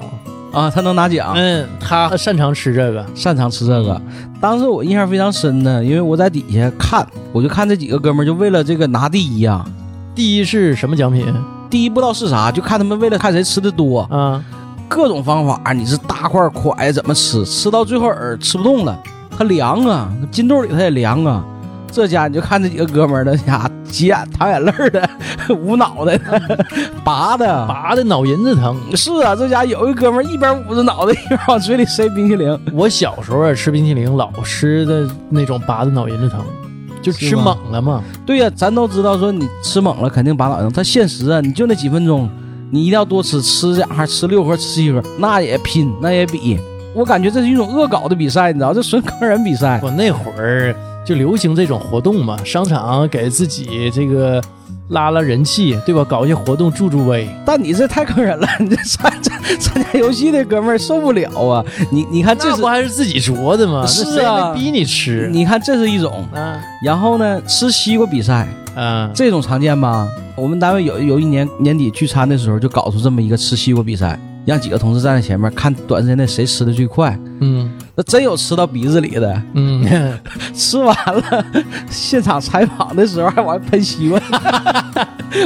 啊，他能拿奖，嗯，他擅长吃这个。擅长吃这个。当时我印象非常深呢，因为我在底下看，我就看这几个哥们儿就为了这个拿第一啊，第一是什么奖品第一不知道是啥，就看他们为了看谁吃的多，啊？各种方法，啊你是大块蒯怎么吃，吃到最后儿吃不动了，它凉啊，金豆里它也凉啊。这家你就看这几个哥们儿，那家急眼淌眼泪儿的， 捂脑袋的， 拔的，拔的脑银子疼。是啊，这家有一哥们儿一边捂着脑袋，一边往嘴里塞冰淇淋，我小时候啊吃冰淇淋，老吃的那种拔的脑银子疼，就是吃吗猛了嘛。对呀、咱都知道说你吃猛了肯定拔脑袋，但现实啊，你就那几分钟，你一定要多吃，吃这还吃六盒吃七盒，那也拼，那也比。我感觉这是一种恶搞的比赛，你知道，这纯坑人比赛。我那会儿就流行这种活动嘛，商场给自己这个拉拉人气，对吧？搞一些活动助助威。但你这太坑人了， 你这参参参加游戏的哥们儿受不了啊！你你看这那是不，还是自己琢的吗？是啊那谁还逼你吃？你看这是一种，啊然后呢，吃西瓜比赛啊，这种常见吧？我们单位有有一年年底聚餐的时候，就搞出这么一个吃西瓜比赛，让几个同事站在前面看短时间内谁吃的最快。嗯那真有吃到鼻子里的， 嗯，吃完了，现场采访的时候还往外喷西瓜，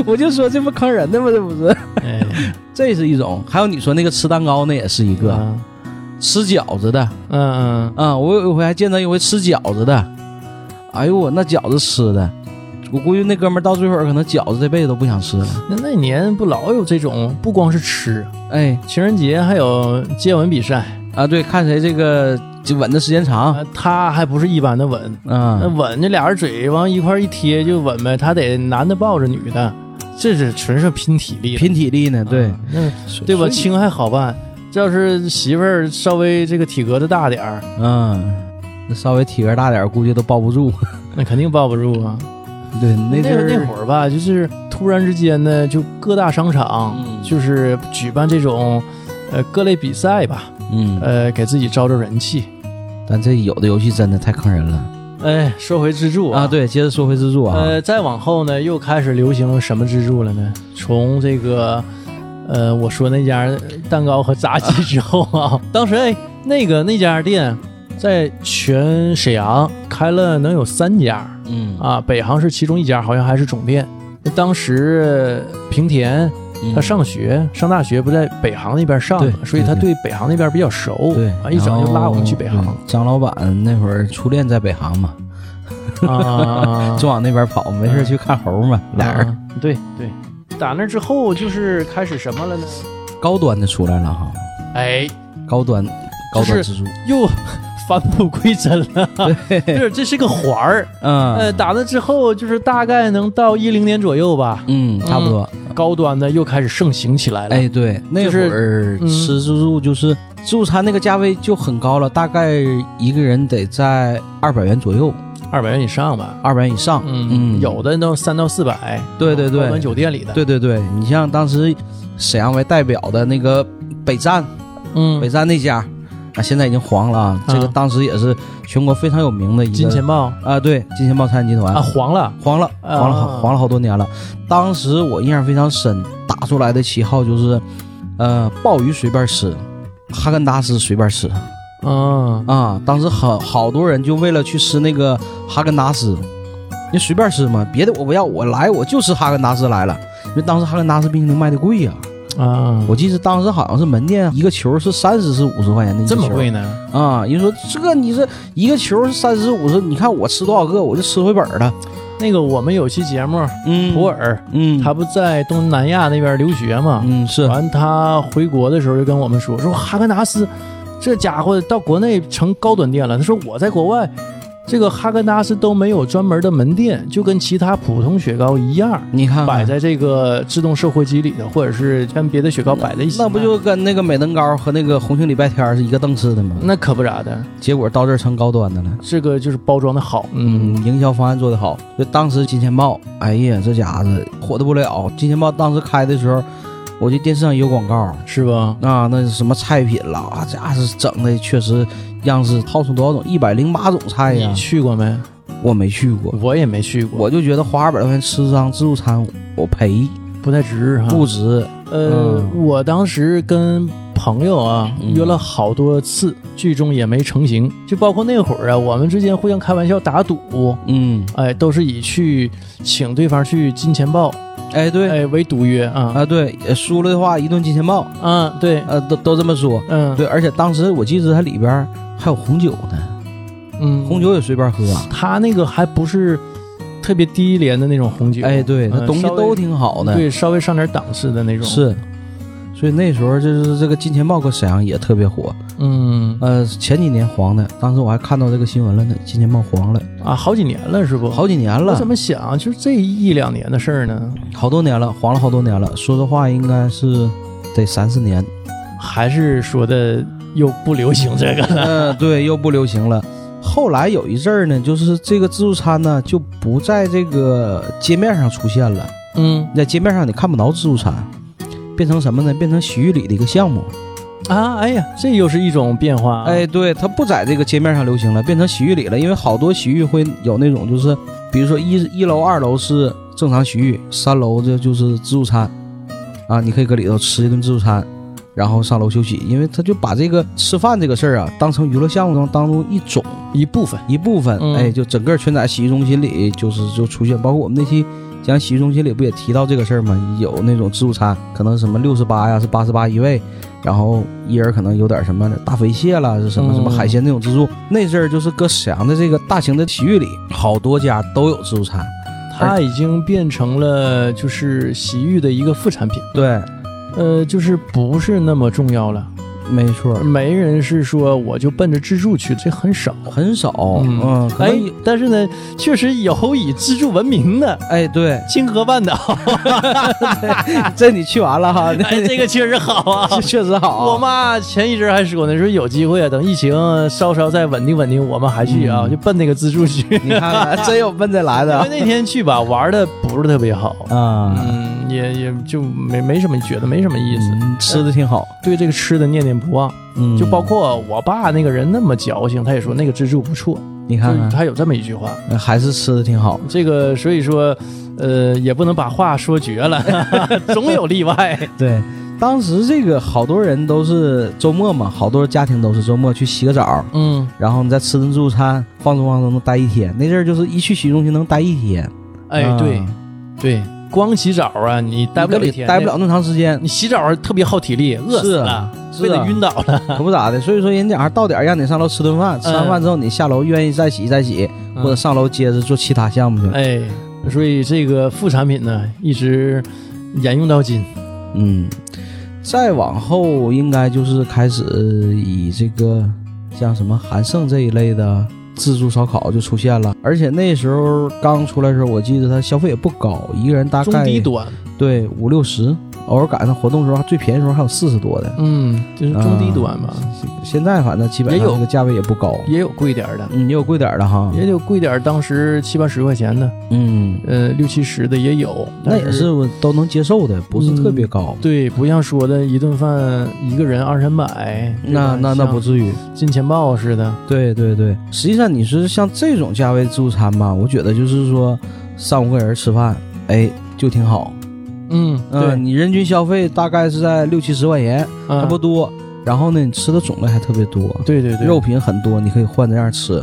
我就说这不坑人的吗？这不是，哎， 这是一种。还有你说那个吃蛋糕那也是一个，啊吃饺子的啊、嗯嗯，我有一回还见到一回吃饺子的，哎呦我那饺子吃的，我估计那哥们儿到最后可能饺子这辈子都不想吃了。那那年不老有这种，不光是吃，哎情人节还有接吻比赛，啊，对，看谁这个就稳的时间长啊，他还不是一般的吻。那啊，吻这俩人嘴往一块一贴就吻呗，他得男的抱着女的，这是纯是拼体力的，拼体力呢，对啊，那对对吧？轻还好办，这要是媳妇儿稍微这个体格子大点儿，嗯，那稍微体格大点儿估计都抱不住。 那肯定抱不住啊。对，那阵儿那会儿吧，就是突然之间呢，就各大商场、嗯就是举办这种呃各类比赛吧，嗯，呃，给自己招招人气。但这有的游戏真的太坑人了哎，说回自助啊！。对，接着说回自助啊，呃，再往后呢，又开始流行什么自助了呢？从这个，呃，我说那家蛋糕和炸鸡之后 啊，当时哎，那个那家店在全沈阳开了能有三家嗯啊，北航是其中一家，好像还是总店。当时平田他上学上大学不在北航那边上嘛，嗯对所以他对对北航那边比较熟对，啊，一整就拉我们去北然后航对 张老板那会儿初恋在北航嘛，啊，就往那边跑，没嗯事去看猴嘛，俩人啊对对，打那之后就是开始什么了呢？高端的出来了哈，哎，高端高端就是自助，又 返璞归真了，就是这是个环儿。嗯呃，打那之后就是大概能到一零年左右吧，嗯，差不多。高端的又开始盛行起来了。哎，对，那会儿嗯吃自助就是自助餐那个价位就很高了，大概一个人得在二百元左右，二百元以上吧，二百元以上。嗯，嗯有的都三到四百。对对对高端酒店里的，，对对对，你像当时沈阳为代表的那个北站，北嗯，站那家啊，现在已经黄了啊。这个啊当时也是全国非常有名的一个金钱豹啊，对，金钱豹餐饮集团啊，黄了，黄了，啊黄了好，黄了好多年了。当时我印象非常深，打出来的旗号就是，呃，鲍鱼随便吃，哈根达斯随便吃嗯，啊。当时好好多人就为了去吃那个哈根达斯，你随便吃嘛，别的我不要，我来我就吃哈根达斯来了，因为当时哈根达斯冰淇淋卖的贵呀、啊，我记得当时好像是门店一个球是三十是五十块钱的一个这么球，贵呢？啊！人说这你这一个球三十五十，你看我吃多少个我就吃回本儿了。那个我们有期节目，嗯普，洱嗯，他不在东南亚那边留学嘛，嗯是完，他回国的时候就跟我们说，说哈根达斯这家伙到国内成高端店了。他说我在国外，这这个哈根达斯都没有专门的门店，就跟其他普通雪糕一样，你看看摆在这个自动售货机里头，或者是跟别的雪糕摆在一起卖。那不就跟那个美登糕和那个红星礼拜天儿是一个档次的吗？那可不咋的，结果到这儿成高端的了。这个就是包装的好，嗯，营销方案做得好。就当时金钱豹，哎呀，这家子火的不了。金钱豹当时开的时候，我记得电视上有广告是吧？啊，那是什么菜品啦，啊，这家是整的确实样式，号称多少种，一百零八种菜呀你。去过没？我没去过，哎我也没去过，我就觉得花二百多块钱吃张自助餐，我赔不太值哈。不值。呃，嗯我当时跟朋友啊嗯约了好多次，最终也没成行。就包括那会儿啊，我们之间互相开玩笑打赌，嗯，哎，都是以去请对方去金钱豹，哎对哎为赌约啊啊对，输了的话一顿金钱豹，啊，对，呃都都这么说。嗯，对，而且当时我记得它里边儿还有红酒呢，嗯，红，酒也随便喝。他那个还不是特别低廉的那种红酒，哎，对，嗯那东西稍微都挺好的，对，稍微上点档次的那种，，是。所以那时候就是这个金钱豹搁沈阳也特别火，嗯呃，前几年黄的，当时我还看到这个新闻了呢，金钱豹黄了，啊，好几年了是不？好几年我了怎，么想，啊就是这一两年的事儿呢，好多年了，黄了好多年了。说实话，应该是得三 四年，还是说的又不流行这个 了。嗯，对，又不流行了。后来有一阵儿呢，就是这个自助餐呢就不在这个街面上出现了，嗯你在街面上你看不着自助餐，变成什么呢？变成洗浴里的一个项目。啊，哎呀，这又是一种变化、啊。哎，，对，它不在这个街面上流行了，变成洗浴里了。因为好多洗浴会有那种，就是比如说一一楼、二楼是正常洗浴，三楼这就是自助餐，啊，你可以搁里头吃一顿自助餐，然后上楼休息。因为他就把这个吃饭这个事儿啊，当成娱乐项目当当中一种一部分。一部分，嗯哎，就整个全在洗浴中心里就是就出现，包括我们那期讲洗浴中心里不也提到这个事儿吗？有那种自助餐，可能什么六十八呀，是八十八一位，然后一人可能有点什么大肥蟹啦，是什嗯么什么海鲜那种自助。那阵儿就是搁沈阳的这个大型的洗浴里，好多家都有自助餐，它已经变成了就是洗浴的一个副产品，对，呃，就是不是那么重要了。没错，没人是说我就奔着自助去，这很少。很少，嗯嗯，可哎能有。，但是呢，确实有以自助闻名的哎， 对， 清河半岛，这你去完了哈，那哎，这个确实好啊。 确确实好啊。我妈前一阵还说呢，说有机会啊，等疫情稍稍再稳定稳定，我们还去啊，嗯就奔那个自助去。你 看看，真有奔这来的因为那天去吧，玩的不是特别好，啊，嗯，也也就没没什么觉得没什么意思，嗯吃的挺好，对这个吃的念念不忘。嗯，就包括我爸那个人那么矫情，他也说那个自助不错，你就看是看，他有这么一句话。呃还是吃的挺好。这个所以说，呃，也不能把话说绝 了，总有例外。对，当时这个好多人都是周末嘛，好多家庭都是周末去洗个澡，嗯，然后你再吃顿自助餐，放松放松，能待一天。那阵儿就是一去洗浴中心能待一天，哎，啊对对，光洗澡啊，你待不了一天，待不了那么长时间，你洗澡啊特别耗体力，饿死是了啊，非是得啊晕倒了。嗯可不咋的。所以说人家还到点儿让你上楼吃顿饭，吃完饭之后你下楼愿意再洗再洗，或者上楼接着做其他项目去。哎，所以这个副产品呢，一直沿用到今。嗯，再往后应该就是开始以这个像什么韩盛这一类的自助烧烤就出现了，而且那时候刚出来的时候，我记得它消费也不高，一个人大中概低端，对五六十，偶尔赶上活动的时候最便宜的时候还有四十多的，嗯，就是中低端吧，现在反正基本也上有这个价位也不高，嗯也有贵点儿的，嗯，也有贵点儿的哈，也有贵点儿，当时七八十块钱的，嗯，呃，六七十的也有，那但嗯也是我都能接受的，不是特别高，对，不像说的一顿饭一个人二三百，嗯对那吧那那不至于。像金钱豹似的，对对对，实际上你是像这种价位自助餐吧，我觉得就是说三五个人吃饭，哎，就挺好。嗯，嗯、对，你人均消费大概是在六七十块钱，还啊不，多。然后呢，你吃的种类还特别多，对对对，肉品很多，你可以换着样吃，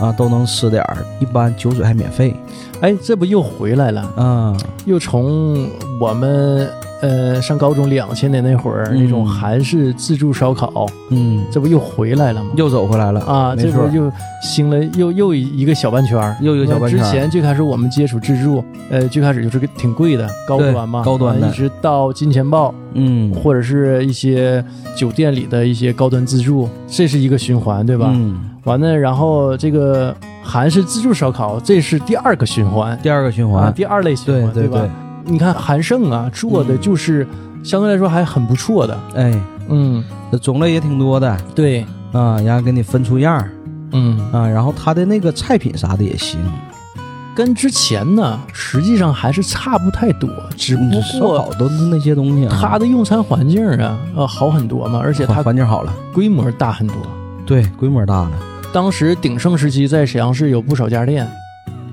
啊，都能吃点儿。一般酒水还免费，哎，这不又回来了，啊，又从我们呃上高中两千年那会儿、嗯那种韩式自助烧烤，嗯，这不又回来了吗？又走回来了啊，没这不错是，又兴了又又一个小半圈儿，又一个小半圈儿之前最开始我们接触自助，呃，最开始就是个挺贵的高端嘛，对高端的呃一直到金钱豹嗯，或者是一些酒店里的一些高端自助，这是一个循环，对吧？嗯，完了，然后这个韩式自助烧烤，这是第二个循环，第二个循啊环，第二类循对环，对吧？，你看韩盛啊，做的嗯就是相对来说还很不错的，哎，嗯，这种类也挺多的对，啊，然后给你分出样儿嗯，啊，然后它的那个菜品啥的也行，跟之前呢，实际上还是差不太多，只你不烧过烤都是那些东西啊，它的用餐环境啊，呃，好很多嘛，而且它环环境好了，规模大很多。对，规模大了，当时鼎盛时期，在沈阳市有不少家店，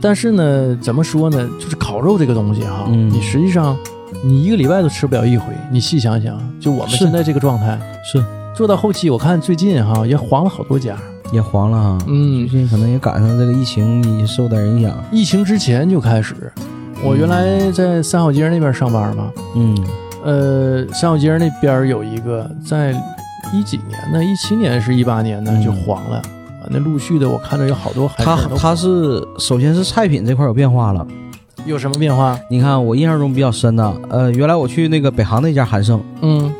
但是呢，怎么说呢，就是烤肉这个东西哈，嗯你实际上你一个礼拜都吃不了一回。你细想想，就我们是现在这个状态，是做到后期，我看最近哈也黄了好多家。也黄了哈。最嗯，近可能也赶上这个疫情，也受点影响。疫情之前就开始，我原来在三好街那边上班嘛，嗯，呃，三好街那边有一个，在一几年呢？一七年是一八年呢嗯就黄了。啊那陆续的，我看着有好多孩它子都它是首先是菜品这块有变化了。有什么变化？你看我印象中比较深的，呃，原来我去那个北航那家韩盛，嗯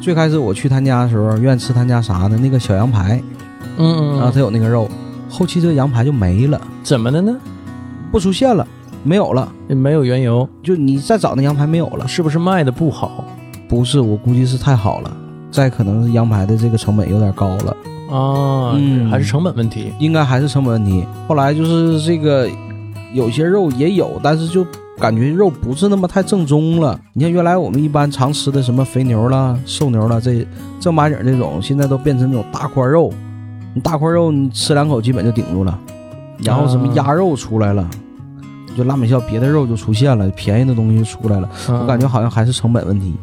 最开始我去他家的时候，愿意吃他家啥呢？那个小羊排，嗯嗯，然后他有那个肉，后期这个羊排就没了，怎么的呢？不出现了，没有了。没有缘由，就你再找那羊排没有了，是不是卖的不好不是我估计是太好了，再可能是羊排的这个成本有点高了，啊？嗯还是成本问题？应该还是成本问题。后来就是这个有些肉也有，但是就感觉肉不是那么太正宗了。你像原来我们一般常吃的什么肥牛啦、瘦牛啦，这正八经这种，现在都变成那种大块肉，你大块肉你吃两口基本就顶住了。然后什么鸭肉出来了，就拉美笑别的肉就出现了，便宜的东西就出来了。我我感觉好像还是成本问题，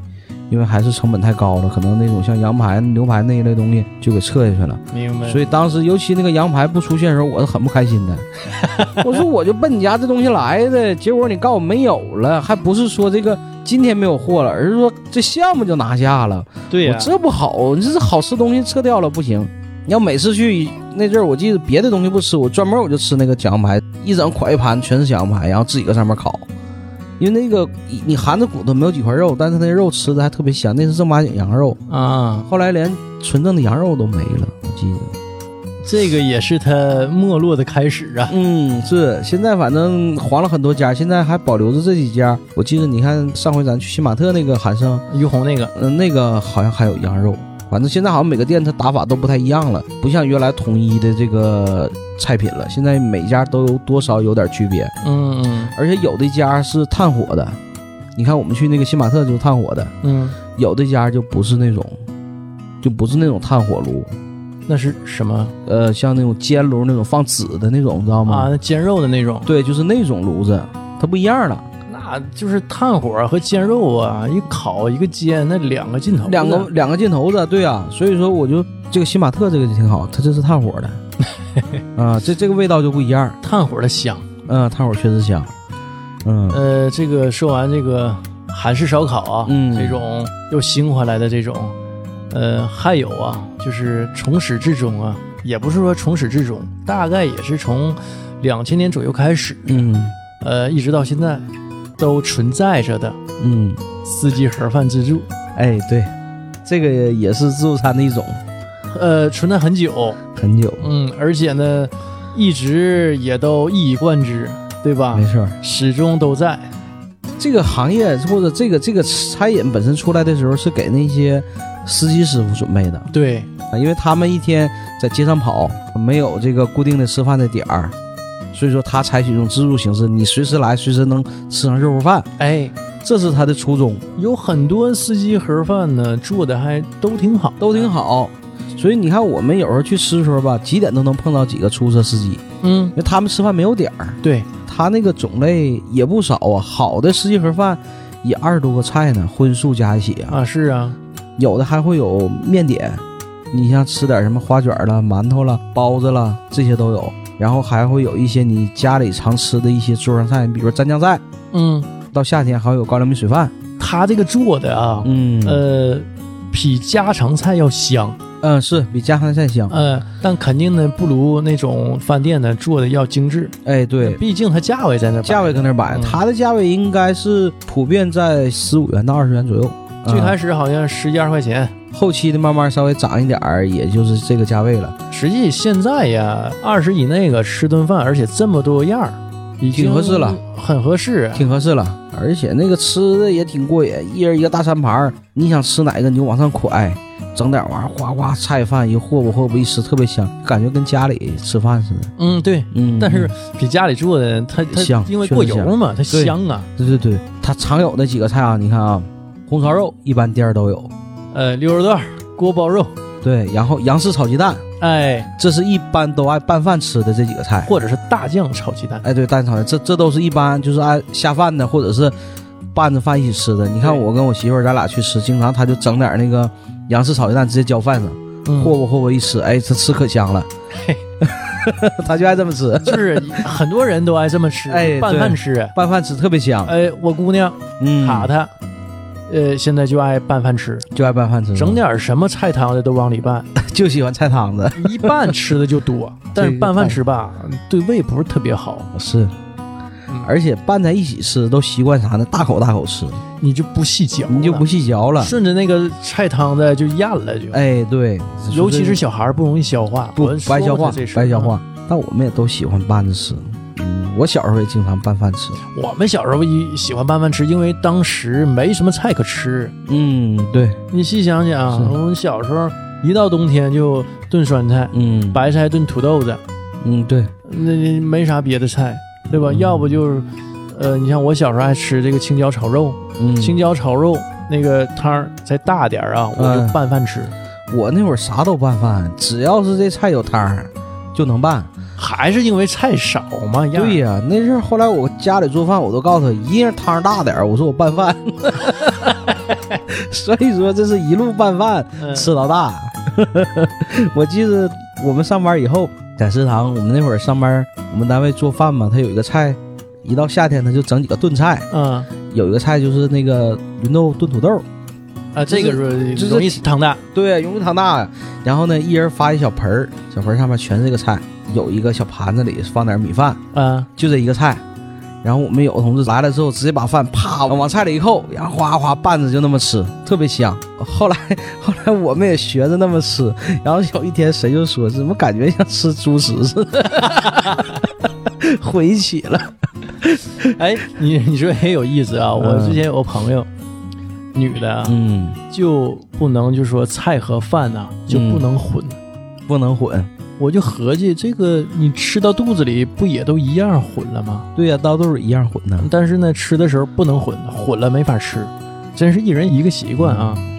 因为还是成本太高了，可能那种像羊排、牛排那一类东西就给撤下去了。明白。所以当时尤其那个羊排不出现的时候，我是很不开心的。我说我就奔你家这东西来的，结果你告诉我没有了，还不是说这个今天没有货了，而是说这项目就拿下了。对我这不好，你这是好吃东西撤掉了不行。你要每次去那阵儿，我记得别的东西不吃，我专门我就吃那个小羊排，一整款一盘全是小羊排，然后自己搁上面烤。因为那个你你含着骨头没有几块肉，但是那肉吃的还特别香，那是正八经羊肉。啊，后来连纯正的羊肉都没了，我记得。这个也是它没落的开始啊。嗯，是现在反正黄了很多家，现在还保留着这几家。我记得你看上回咱去新玛特那个韩盛，于红那个，嗯、那个好像还有羊肉。反正现在好像每个店它打法都不太一样了，不像原来统一的这个菜品了。现在每家都有多少有点区别，嗯嗯而且有的家是炭火的。你看我们去那个新玛特就是炭火的，嗯，有的家就不是那种，就不是那种炭火炉，那是什么呃，像那种煎炉那种放纸的那种，你知道吗？啊？那煎肉的那种，对，就是那种炉子，它不一样了。那就是炭火和煎肉啊，一烤一个煎，那两个劲头，两个两个箭头子，对啊，所以说我就这个新玛特这个就挺好，它这是炭火 的，啊、这这个味道就不一样，炭火的香。嗯、炭火确实香，嗯，呃，这个说完这个韩式烧烤啊，嗯这种又兴回来的这种，呃，还有啊，就是从始至终啊，也不是说从始至终，大概也是从两千年左右开始，嗯呃，一直到现在都存在着的嗯，四季盒饭自助，哎，对，这个也是自助餐的一种，呃，存在很久，很久，嗯，而且呢，一直也都一以贯之，对吧没？错儿。始终都在，这个行业或者这个这个餐饮本身出来的时候是给那些司机师傅准备的，对，啊，因为他们一天在街上跑，没有这个固定的吃饭的点儿，所以说他采取一种自助形式，你随时来，随时能吃上热乎饭，哎，这是他的初衷，有很多司机盒饭呢做的还都挺好，都挺。好。所以你看，我们有时候去吃的时候吧，几点都能碰到几个出租车司机，因嗯，为他们吃饭没有点儿，对，他那个种类也不少啊，好的十几盒饭也二十多个菜呢，荤素加一起啊，啊，是啊，有的还会有面点，你像吃点什么花卷了、馒头了、包子了，这些都有。然后还会有一些你家里常吃的一些桌上菜，比如蘸酱菜，嗯，到夏天还有高粱米水饭。他这个做的啊，嗯呃呃，比家常菜要香，嗯，是比家常菜香。呃，但肯定呢不如那种饭店呢做的要精致，哎，对，毕竟它价位在那摆着，价位搁那儿摆，嗯它的价位应该是普遍在十五元到二十元左右。啊最开始始好像十一二块钱，后期的慢慢稍微涨一点儿，也就是这个价位了。实际现在呀，二十以内个吃顿饭，而且这么多样儿，已经挺合适了，很合适。挺合适了，而且那个吃的也挺过瘾，一人一个大餐盘儿，你想吃哪个你就往上蒯，整点玩意儿，哗哗菜饭一和吧和吧一吃，特别香，感觉跟家里吃饭似的。嗯，对。嗯，但是比家里做的它它香因为确过实油香嘛，它对香啊。对对对，它常有的几个菜啊，你看啊，红烧肉一般店儿都有，呃，溜肉段儿、锅包肉，对，然后杨氏炒鸡蛋，哎，这是一般都爱拌饭吃的这几个菜。或者是大酱炒鸡蛋。哎，对，蛋炒的，这这都是一般就是按下饭的，或者是拌着饭一起吃的。你看对我跟我媳妇儿，咱俩去吃，经常她就整点那个杨氏炒鸡蛋，直接浇饭上，嗯霍吧霍吧一吃，哎，这吃可 香了，嘿她就爱这么吃，就是 很多人都爱这么吃，哎拌对饭吃。啊拌饭吃特别香。哎，我姑娘嗯，塔塔，呃，现在就爱拌饭吃，就爱拌饭吃，整点儿什么菜汤的都往里拌，就喜欢菜汤子，一拌吃的就多，但是拌饭吃吧，对胃不是特别好，是。嗯而且拌在一起吃都习惯啥呢？大口大口吃，你就不细嚼了，你就不细嚼了。顺着那个菜汤的就咽了就，哎，对，尤其是说小孩儿不容易消化，这不我们说白消过化啊这事，儿嗯白消。化。但我们也都喜欢拌着吃。嗯，我小时候也经常拌饭吃。我们小时候一喜欢拌饭吃，因为当时没什么菜可吃，嗯，对，你细想想，是我们小时候一到冬天就炖酸菜。嗯，，白菜炖土豆子，嗯，对，那那没啥别的菜，对吧？嗯要不就是，呃，你像我小时候爱吃这个青椒炒肉，嗯，青椒炒肉那个汤儿再大点儿啊，我嗯就拌饭吃，我那会儿啥都拌饭，只要是这菜有汤儿就能拌。还是因为菜少嘛样儿。对呀、那阵儿后来我家里做饭，我都告诉他，一定是汤儿大点儿。我说我拌饭， 所以说这是一路拌饭嗯吃到大。 我记得我们上班以后在食堂，我们那会儿上班，我们单位做饭嘛，他有一个菜，一到夏天他就整几个炖菜，嗯有一个菜就是那个芸豆炖土豆。啊，这个容就是容易汤大，对，容易糖大呀。然后呢，一人发一小盆儿，小盆儿上面全是这个菜，有一个小盘子里放点米饭， 啊，就这一个菜。然后我们有的同志来了之后，直接把饭啪往菜里一扣，然后哗哗拌着就那么吃，特别香。后来 后来我们也学着那么吃，然后有一天谁就说怎么感觉像吃猪食似的，回忆起了。哎，你你说也有意思啊，我嗯之前有个朋友，女的啊嗯，就不能就说菜和饭呐就不能混。不能混。我就合计，这个你吃到肚子里不也都一样混了吗？对呀、刀豆一样混呢。但是呢，吃的时候不能混，混了没法吃，真是一人一个习惯啊。嗯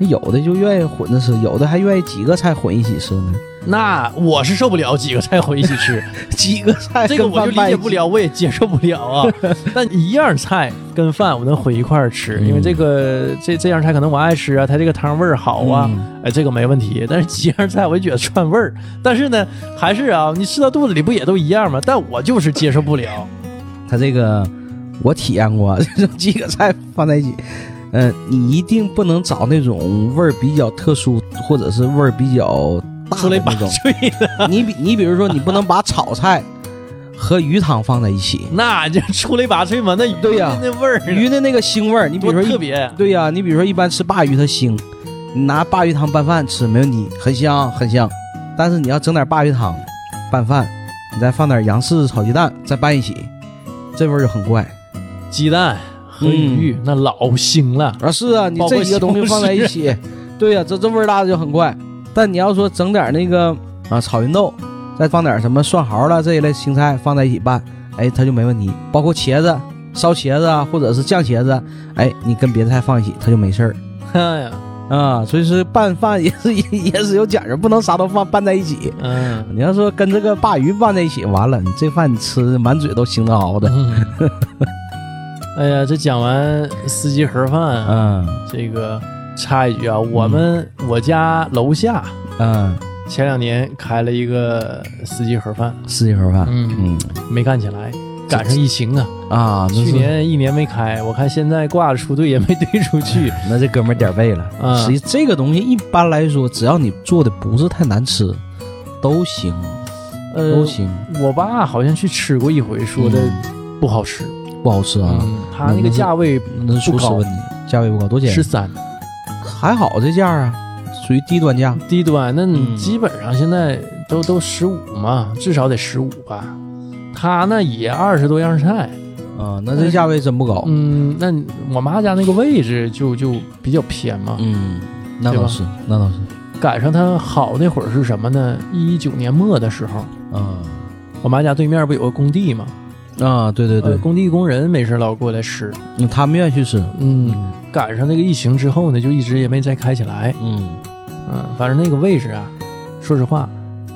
有的就愿意混着吃，有的还愿意几个菜混一起吃呢。那我是受不了几个菜混一起 吃，几个菜这个哎跟我就拌理拌解一不起。了，我也接受不了 啊。但一样菜跟饭我能混一块儿吃，因为嗯这个这这样菜可能我爱吃啊，它这个汤味儿好啊，嗯哎，这个没问题。但是几样菜我就觉得串味儿，但是呢，还是啊，你吃到肚子里不也都一样吗？但我就是接受不了。他这个我体验过， 这种几个菜放在一起，呃，你一定不能找那种味儿比较特殊，或者是味儿比较大出的类拔那种。萃的， 你比你比如说，你不能把炒菜 和鱼汤放在一起，那这出类拔萃嘛，那对呀那味儿呢鱼的那个腥味儿，你比多如说特一，别。啊对呀、你比如说一般吃鲅鱼它腥，你拿鲅鱼汤拌饭吃没问题，很香很香。但是你要整点鲅鱼汤拌饭，你再放点杨氏炒鸡蛋再拌一起，这味儿就很怪。鸡蛋和鱼、嗯那老腥了，啊，是啊，你嗯包括这几个东西放在一起， 对呀、这这味儿大的就很怪。但你要说整点那个啊炒芸豆，再放点什么蒜毫了这一类青菜放在一起拌，哎，它就没问题。包括茄子、烧茄子啊，或者是酱茄子，哎，你跟别的菜放一起，它就没事儿哎 呀，啊。所以说拌饭也是 也是有讲究，不能啥都放拌在一起。嗯。你要说跟这个鲅鱼拌在一起，完了，你这饭你吃的满嘴都腥得熬的。嗯哎呀，这讲完司机盒饭啊，嗯这个插一句啊，我们、我家楼下嗯，前两年开了一个司机盒饭，四季盒饭，嗯，嗯没干起来，赶上疫情啊，啊，那去是年一年没开，我看现在挂着出队也没队出去，那这哥们儿点儿背了。嗯实际这个东西一般来说，只要你做的不是太难吃，都行，呃都，行。我爸好像去吃过一回，说的嗯不好吃，不好吃啊，嗯他那个价位那是厨师问题，价位不高，多少十钱？三。还好这价啊，属于低端价。低端，那你嗯基本上现在都都十五嘛，至少得十五吧。他那也二十多样菜，啊，那这价位真不高。嗯，那你我妈家那个位置就就比较偏嘛。嗯，那对倒吧是，那倒是。赶上他好那会儿是什么呢？一九年末的时候，啊我妈家对面不有个工地嘛？啊，对对呃对，工地工人没事老过来吃。嗯他们愿意去吃。嗯，嗯赶上那个疫情之后呢，就一直也没再开起来。嗯嗯，反正那个位置啊，说实话，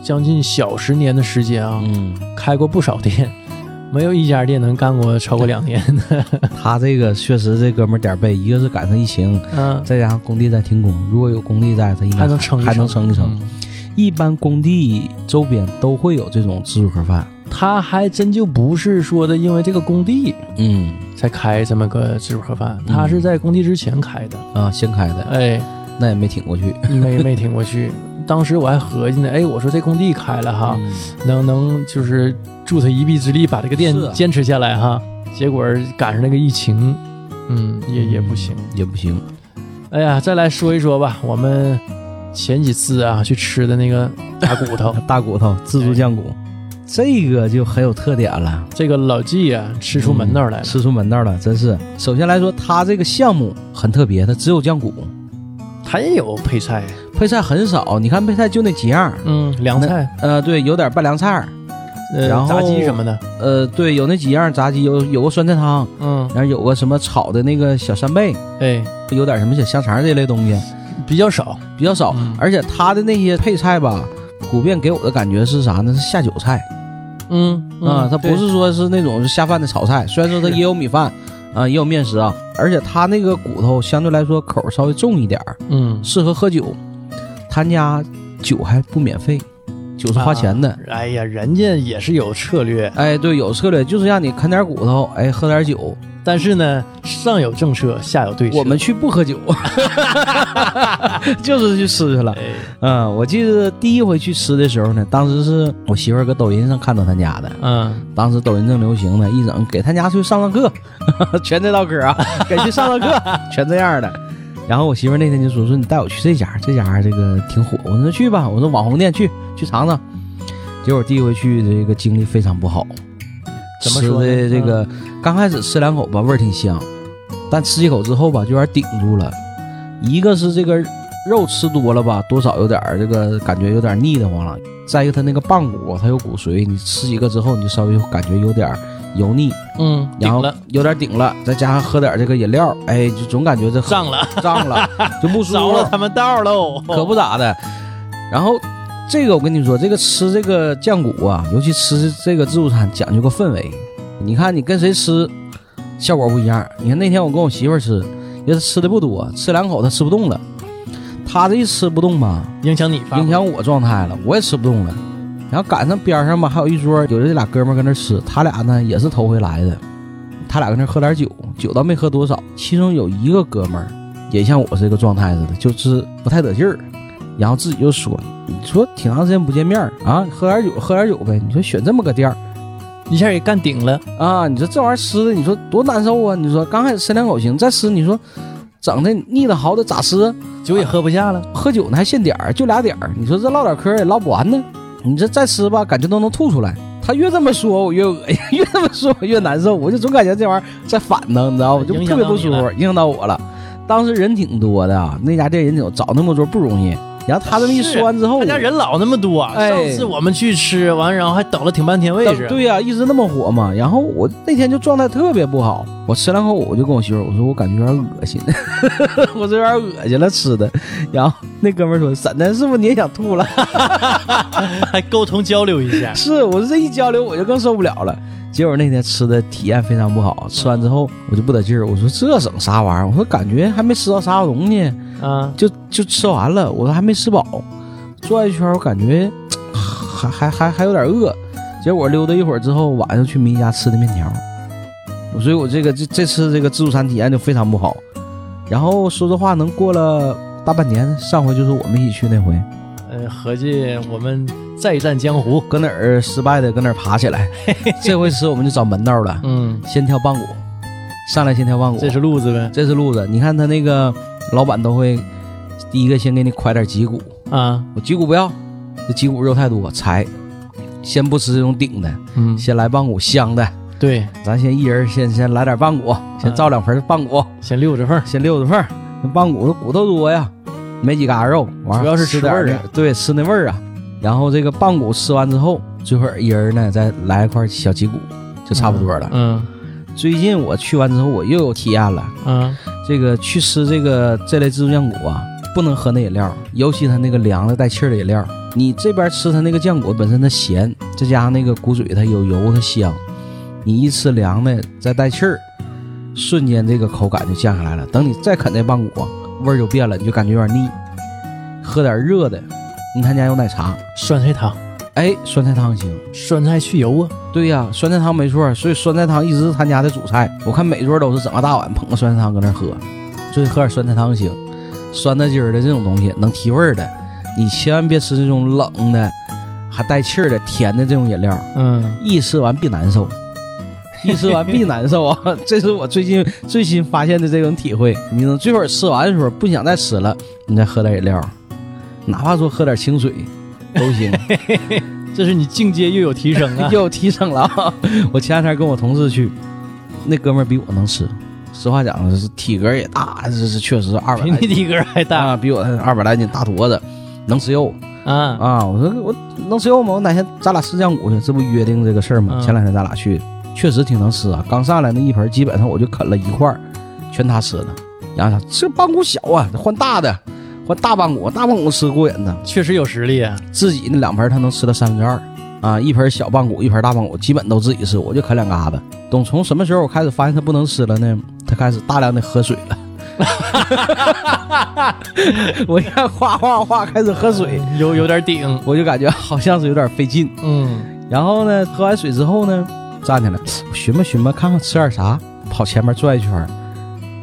将近小十年的时间啊，嗯，开过不少店， 没有一家店能干过超过两年的。他这个确实这哥们儿点儿背，一个是赶上疫情，嗯，再加上工地在停工，如果有工地在，他应该 还能撑一还能撑一撑。嗯一般工地周边都会有这种自助盒饭。他还真就不是说的，因为这个工地嗯才开这么个自助盒饭，他嗯是在工地之前开的。啊，新开的，哎，那也没挺过去。没没挺过去。当时我还合计呢，哎，我说这工地开了哈，嗯能能就是助他一臂之力把这个店是啊坚持下来哈。结果赶上那个疫情，嗯，也也不行。，也不行。哎呀，再来说一说吧，我们前几次啊去吃的那个大骨 头，大骨头自哎助酱骨，这个就很有特点了。嗯这个老纪啊吃出门道来了。吃出门道了，真是。首先来说，它这个项目很特别，它只有酱骨，嗯他也有配菜，配菜很少。你看配菜就那几样，嗯，凉菜、呃，对，有点拌凉菜儿，呃然炸后鸡什么的，呃，对，有那几样炸鸡，有有个酸菜汤，嗯，然后有个什么炒的那个小扇贝，哎，有点什么小香肠这类东西，比较少，比较少。嗯而且它的那些配菜吧，普遍给我的感觉是啥呢？是下酒菜嗯啊、它不对是说是那种下饭的炒菜。虽然说它是也有米饭，啊、也有面食啊，而且它那个骨头相对来说口儿稍微重一点儿。嗯，适合喝酒，他家酒还不免费，酒是花钱的。啊哎呀，人家也是有策略，哎，对，有策略，就是让你啃点骨头，哎，喝点酒。但是呢，上有政策，下有对策。我们去不喝酒， 就是去吃去了。哎，嗯，我记得第一回去吃的时候呢，当时是我媳妇儿搁抖音上看到他家的，嗯，当时抖音正流行呢，一整给他家去上上课， 全这道嗑啊，给去上上课，全这样的。然后我媳妇儿那天就说说你带我去这家，这家这个挺火。我说去吧，我说网红店去去尝尝。结果第一回去这个经历非常不好，怎么说呢嗯吃的这个刚开始吃两口吧，味儿挺香，但吃一口之后吧，就有点顶住了。一个是这个肉吃多了吧，多少有点儿这个感觉有点腻得慌了。再一个，它那个棒骨它有骨髓，你吃几个之后，你就稍微感觉有点儿油腻，嗯，然顶后了，有点顶了，再加上喝点这个饮料，哎，就总感觉这上了，胀 了，就不舒着服了，他们道喽。可不咋的。然后这个我跟你说，这个吃这个酱骨啊，尤其吃这个自助餐讲究个氛围。你看你跟谁吃，效果不一样。你看那天我跟我媳妇儿吃，也是吃的不多，吃两口她吃不动了。她这一吃不动吧，影响你发挥影响我状态了，我也吃不动了。然后赶上边上吧，还有一桌有这俩哥们儿跟那儿吃，他俩呢也是头回来的，他俩跟那儿喝点酒，酒倒没喝多少，其中有一个哥们儿也像我这个状态似的，就是不太得劲儿，然后自己就说：“你说挺长时间不见面儿啊，喝点酒喝点酒呗。你说选这么个店儿一下也干顶了。啊，你说这玩意儿吃的，你说多难受啊！你说刚开始吃两口行，再吃你说整的腻的好的咋吃啊？酒也喝不下了，喝酒呢还限点儿，就俩点儿。你说这唠点嗑儿也唠不完呢，你这再吃吧，感觉都能吐出来。他越这么说我越 恶心，越这么说我越难受，我就总感觉这玩意儿在反呢，你知道吗？就影特响别到不你舒服了，影响到我了。当时人挺多的啊，那家店人挺多，找那么多不容易。然后他这么一是啊说完之后，他家人老那么多，啊哎上次我们去吃完，然后还等了挺半天位置。对呀、一直那么火嘛。然后我那天就状态特别不好，我吃两口我就跟我媳妇儿我说我感觉有点恶心， 我这有点恶心了吃的。然后那哥们儿说沈晨是不是你也想吐了？。还沟通交流一 下 是我这一交流我就更受不了了。结果那天吃的体验非常不好，吃完之后我就不得劲儿，我说这整啥玩意儿？我说感觉还没吃到啥好东西，啊，就就吃完了，我说还没吃饱，转一圈儿我感觉 还还还还有点饿。结果溜达一会儿之后，晚上去明家吃的面条，所以我这个这这次这个自助餐体验就非常不好。然后说实话，能过了大半年，上回就是我们一起去那回，呃，合计我们再战江湖。搁哪儿失败的搁哪儿爬起 来。这回吃我们就找门道了，嗯，先挑棒骨，上来先挑棒骨， 这是路子呗。这是路子。你看他那个老板都会第一个先给你㧟点脊骨，啊，我脊骨不要，这脊骨肉太多，柴。先不吃这种顶的，嗯，先来棒骨香的。对，咱先一人先先来点棒骨，先造两盆棒骨，先溜着缝儿。先溜着缝儿。那棒骨骨头多呀，没几嘎肉，完主要是吃点味儿这的对，吃那味儿啊。然后这个棒骨吃完之后，最后一人呢再来一块小脊骨，就差不多了。嗯最近我去完之后，我又有体验了。嗯，这个去吃这个这类自助酱骨啊，不能喝那饮料，尤其它那个凉的带气儿的饮料。你这边吃它那个酱骨本身它咸，再加上那个骨嘴它有油它香，你一吃凉的再带气儿，瞬间这个口感就降下来了。等你再啃那棒骨，味儿就变了，你就感觉有点腻。喝点热的，你看家有奶茶，酸菜汤，哎，酸菜汤行。酸菜去油啊，对呀、酸菜汤没错，所以酸菜汤一直是他家的主菜。我看每桌都是整个大碗捧个酸菜汤搁那喝，所以喝点酸菜汤行。酸的筋儿的这种东西能提味儿的，你千万别吃这种冷的，还带气儿的甜的这种饮料，嗯，一吃完必难受，一吃完必难受啊！ 这是我最近最新发现的这种体会。你能最后吃完的时候不想再吃了，你再喝点饮料，哪怕说喝点清水都行。这是你境界 又有提升啊。 又提升了啊。 我前两天跟我同事去，那哥们儿比我能吃，实话讲，是体格也大，这是确实二百比来你斤体格还大啊，比我二百来斤大坨子，能吃肉啊！啊！我说我能吃肉吗？我哪天咱俩吃酱骨去？这不约定这个事儿吗？嗯前两天咱俩去，确实挺能吃啊。刚上来那一盆，基本上我就啃了一块儿，全他吃了。然后他这棒骨小啊，换大的，换大棒骨，大棒骨吃过瘾呢。确实有实力啊。自己那两盆儿他能吃到三分之二啊，一盆小棒骨，一盆大棒骨，基本都自己吃，我就啃两嘎子。懂从什么时候我开始发现他不能吃了呢？他开始大量的喝水了。 我一看哗哗哗开始喝水，嗯有有点顶，我就感觉好像是有点费劲。嗯然后呢，喝完水之后呢，站起来我寻摸寻摸，看看吃点啥，跑前面转一圈儿，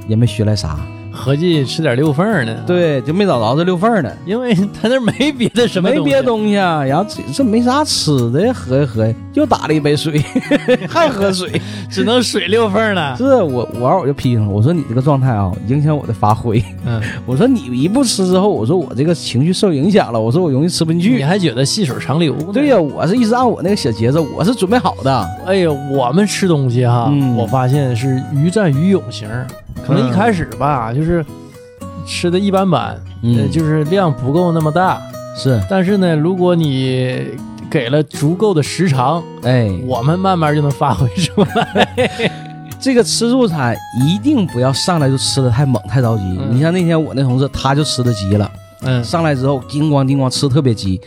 也没寻来啥，，合计吃点溜缝儿呢。，对，就没找着这溜缝儿呢。因为他那儿没别的什么没东西，别东西啊，然后这这没啥吃的，喝一喝又打了一杯水， 还 喝水。只能水溜缝儿了。这我我完我就批评了，我说你这个状态啊，影响我的发挥。嗯，我说你一不吃之后，我说我这个情绪受影响了，我说我容易吃不进你去。还觉得细水长流呢？对呀、我是一直按我那个小节奏，我是准备好的。哎呀，我们吃东西哈，嗯我发现是鱼战鱼勇型儿，可能嗯一开始吧，就是吃的一般般，嗯呃，就是量不够那么大。是，但是呢，如果你给了足够的时长，哎，我们慢慢就能发挥出来。这个吃素餐一定不要上来就吃的太猛太着急。嗯你像那天我那同事，他就吃的急了。嗯，上来之后叮咣叮咣吃特别急，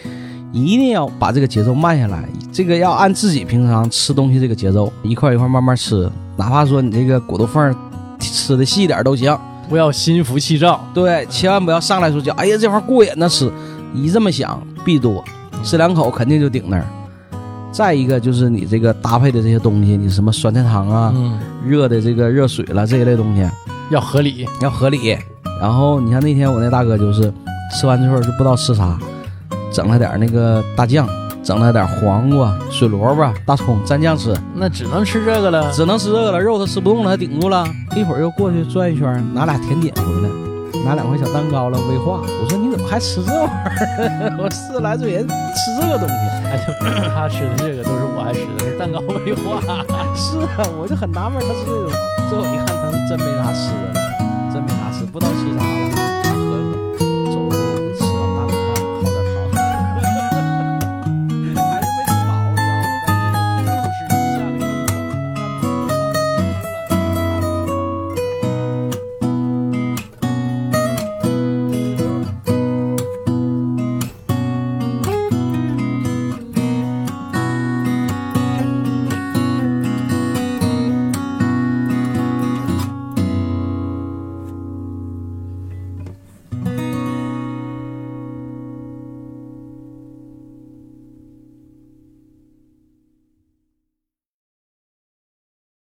一定要把这个节奏慢下来，这个要按自己平常吃东西这个节奏，一块一块慢慢吃，哪怕说你这个骨头缝儿吃的细一点儿都行，不要心浮气躁。对，千万不要上来说就哎呀这玩意儿过瘾呢吃，一这么想必多，吃两口肯定就顶那儿。再一个就是你这个搭配的这些东西，你什么酸菜汤啊、嗯，热的这个热水了这一类东西要合理。要合理。然后你像那天我那大哥就是吃完之后就不知道吃啥，整了点那个大酱，整了点黄瓜、水萝卜、大葱蘸酱吃，那只能吃这个了。 只能吃这个了，肉他吃不动了，他顶住了。一会儿又过去转一圈，拿俩甜点回来，拿两块小蛋糕了，威化。我说你怎么还吃这玩意儿？我四十来岁人吃这个东西，哎，就是他吃的这个都是我爱吃的，是蛋 糕没化。是啊，我就很纳闷，他吃这种。最后一看，他是真没啥吃的。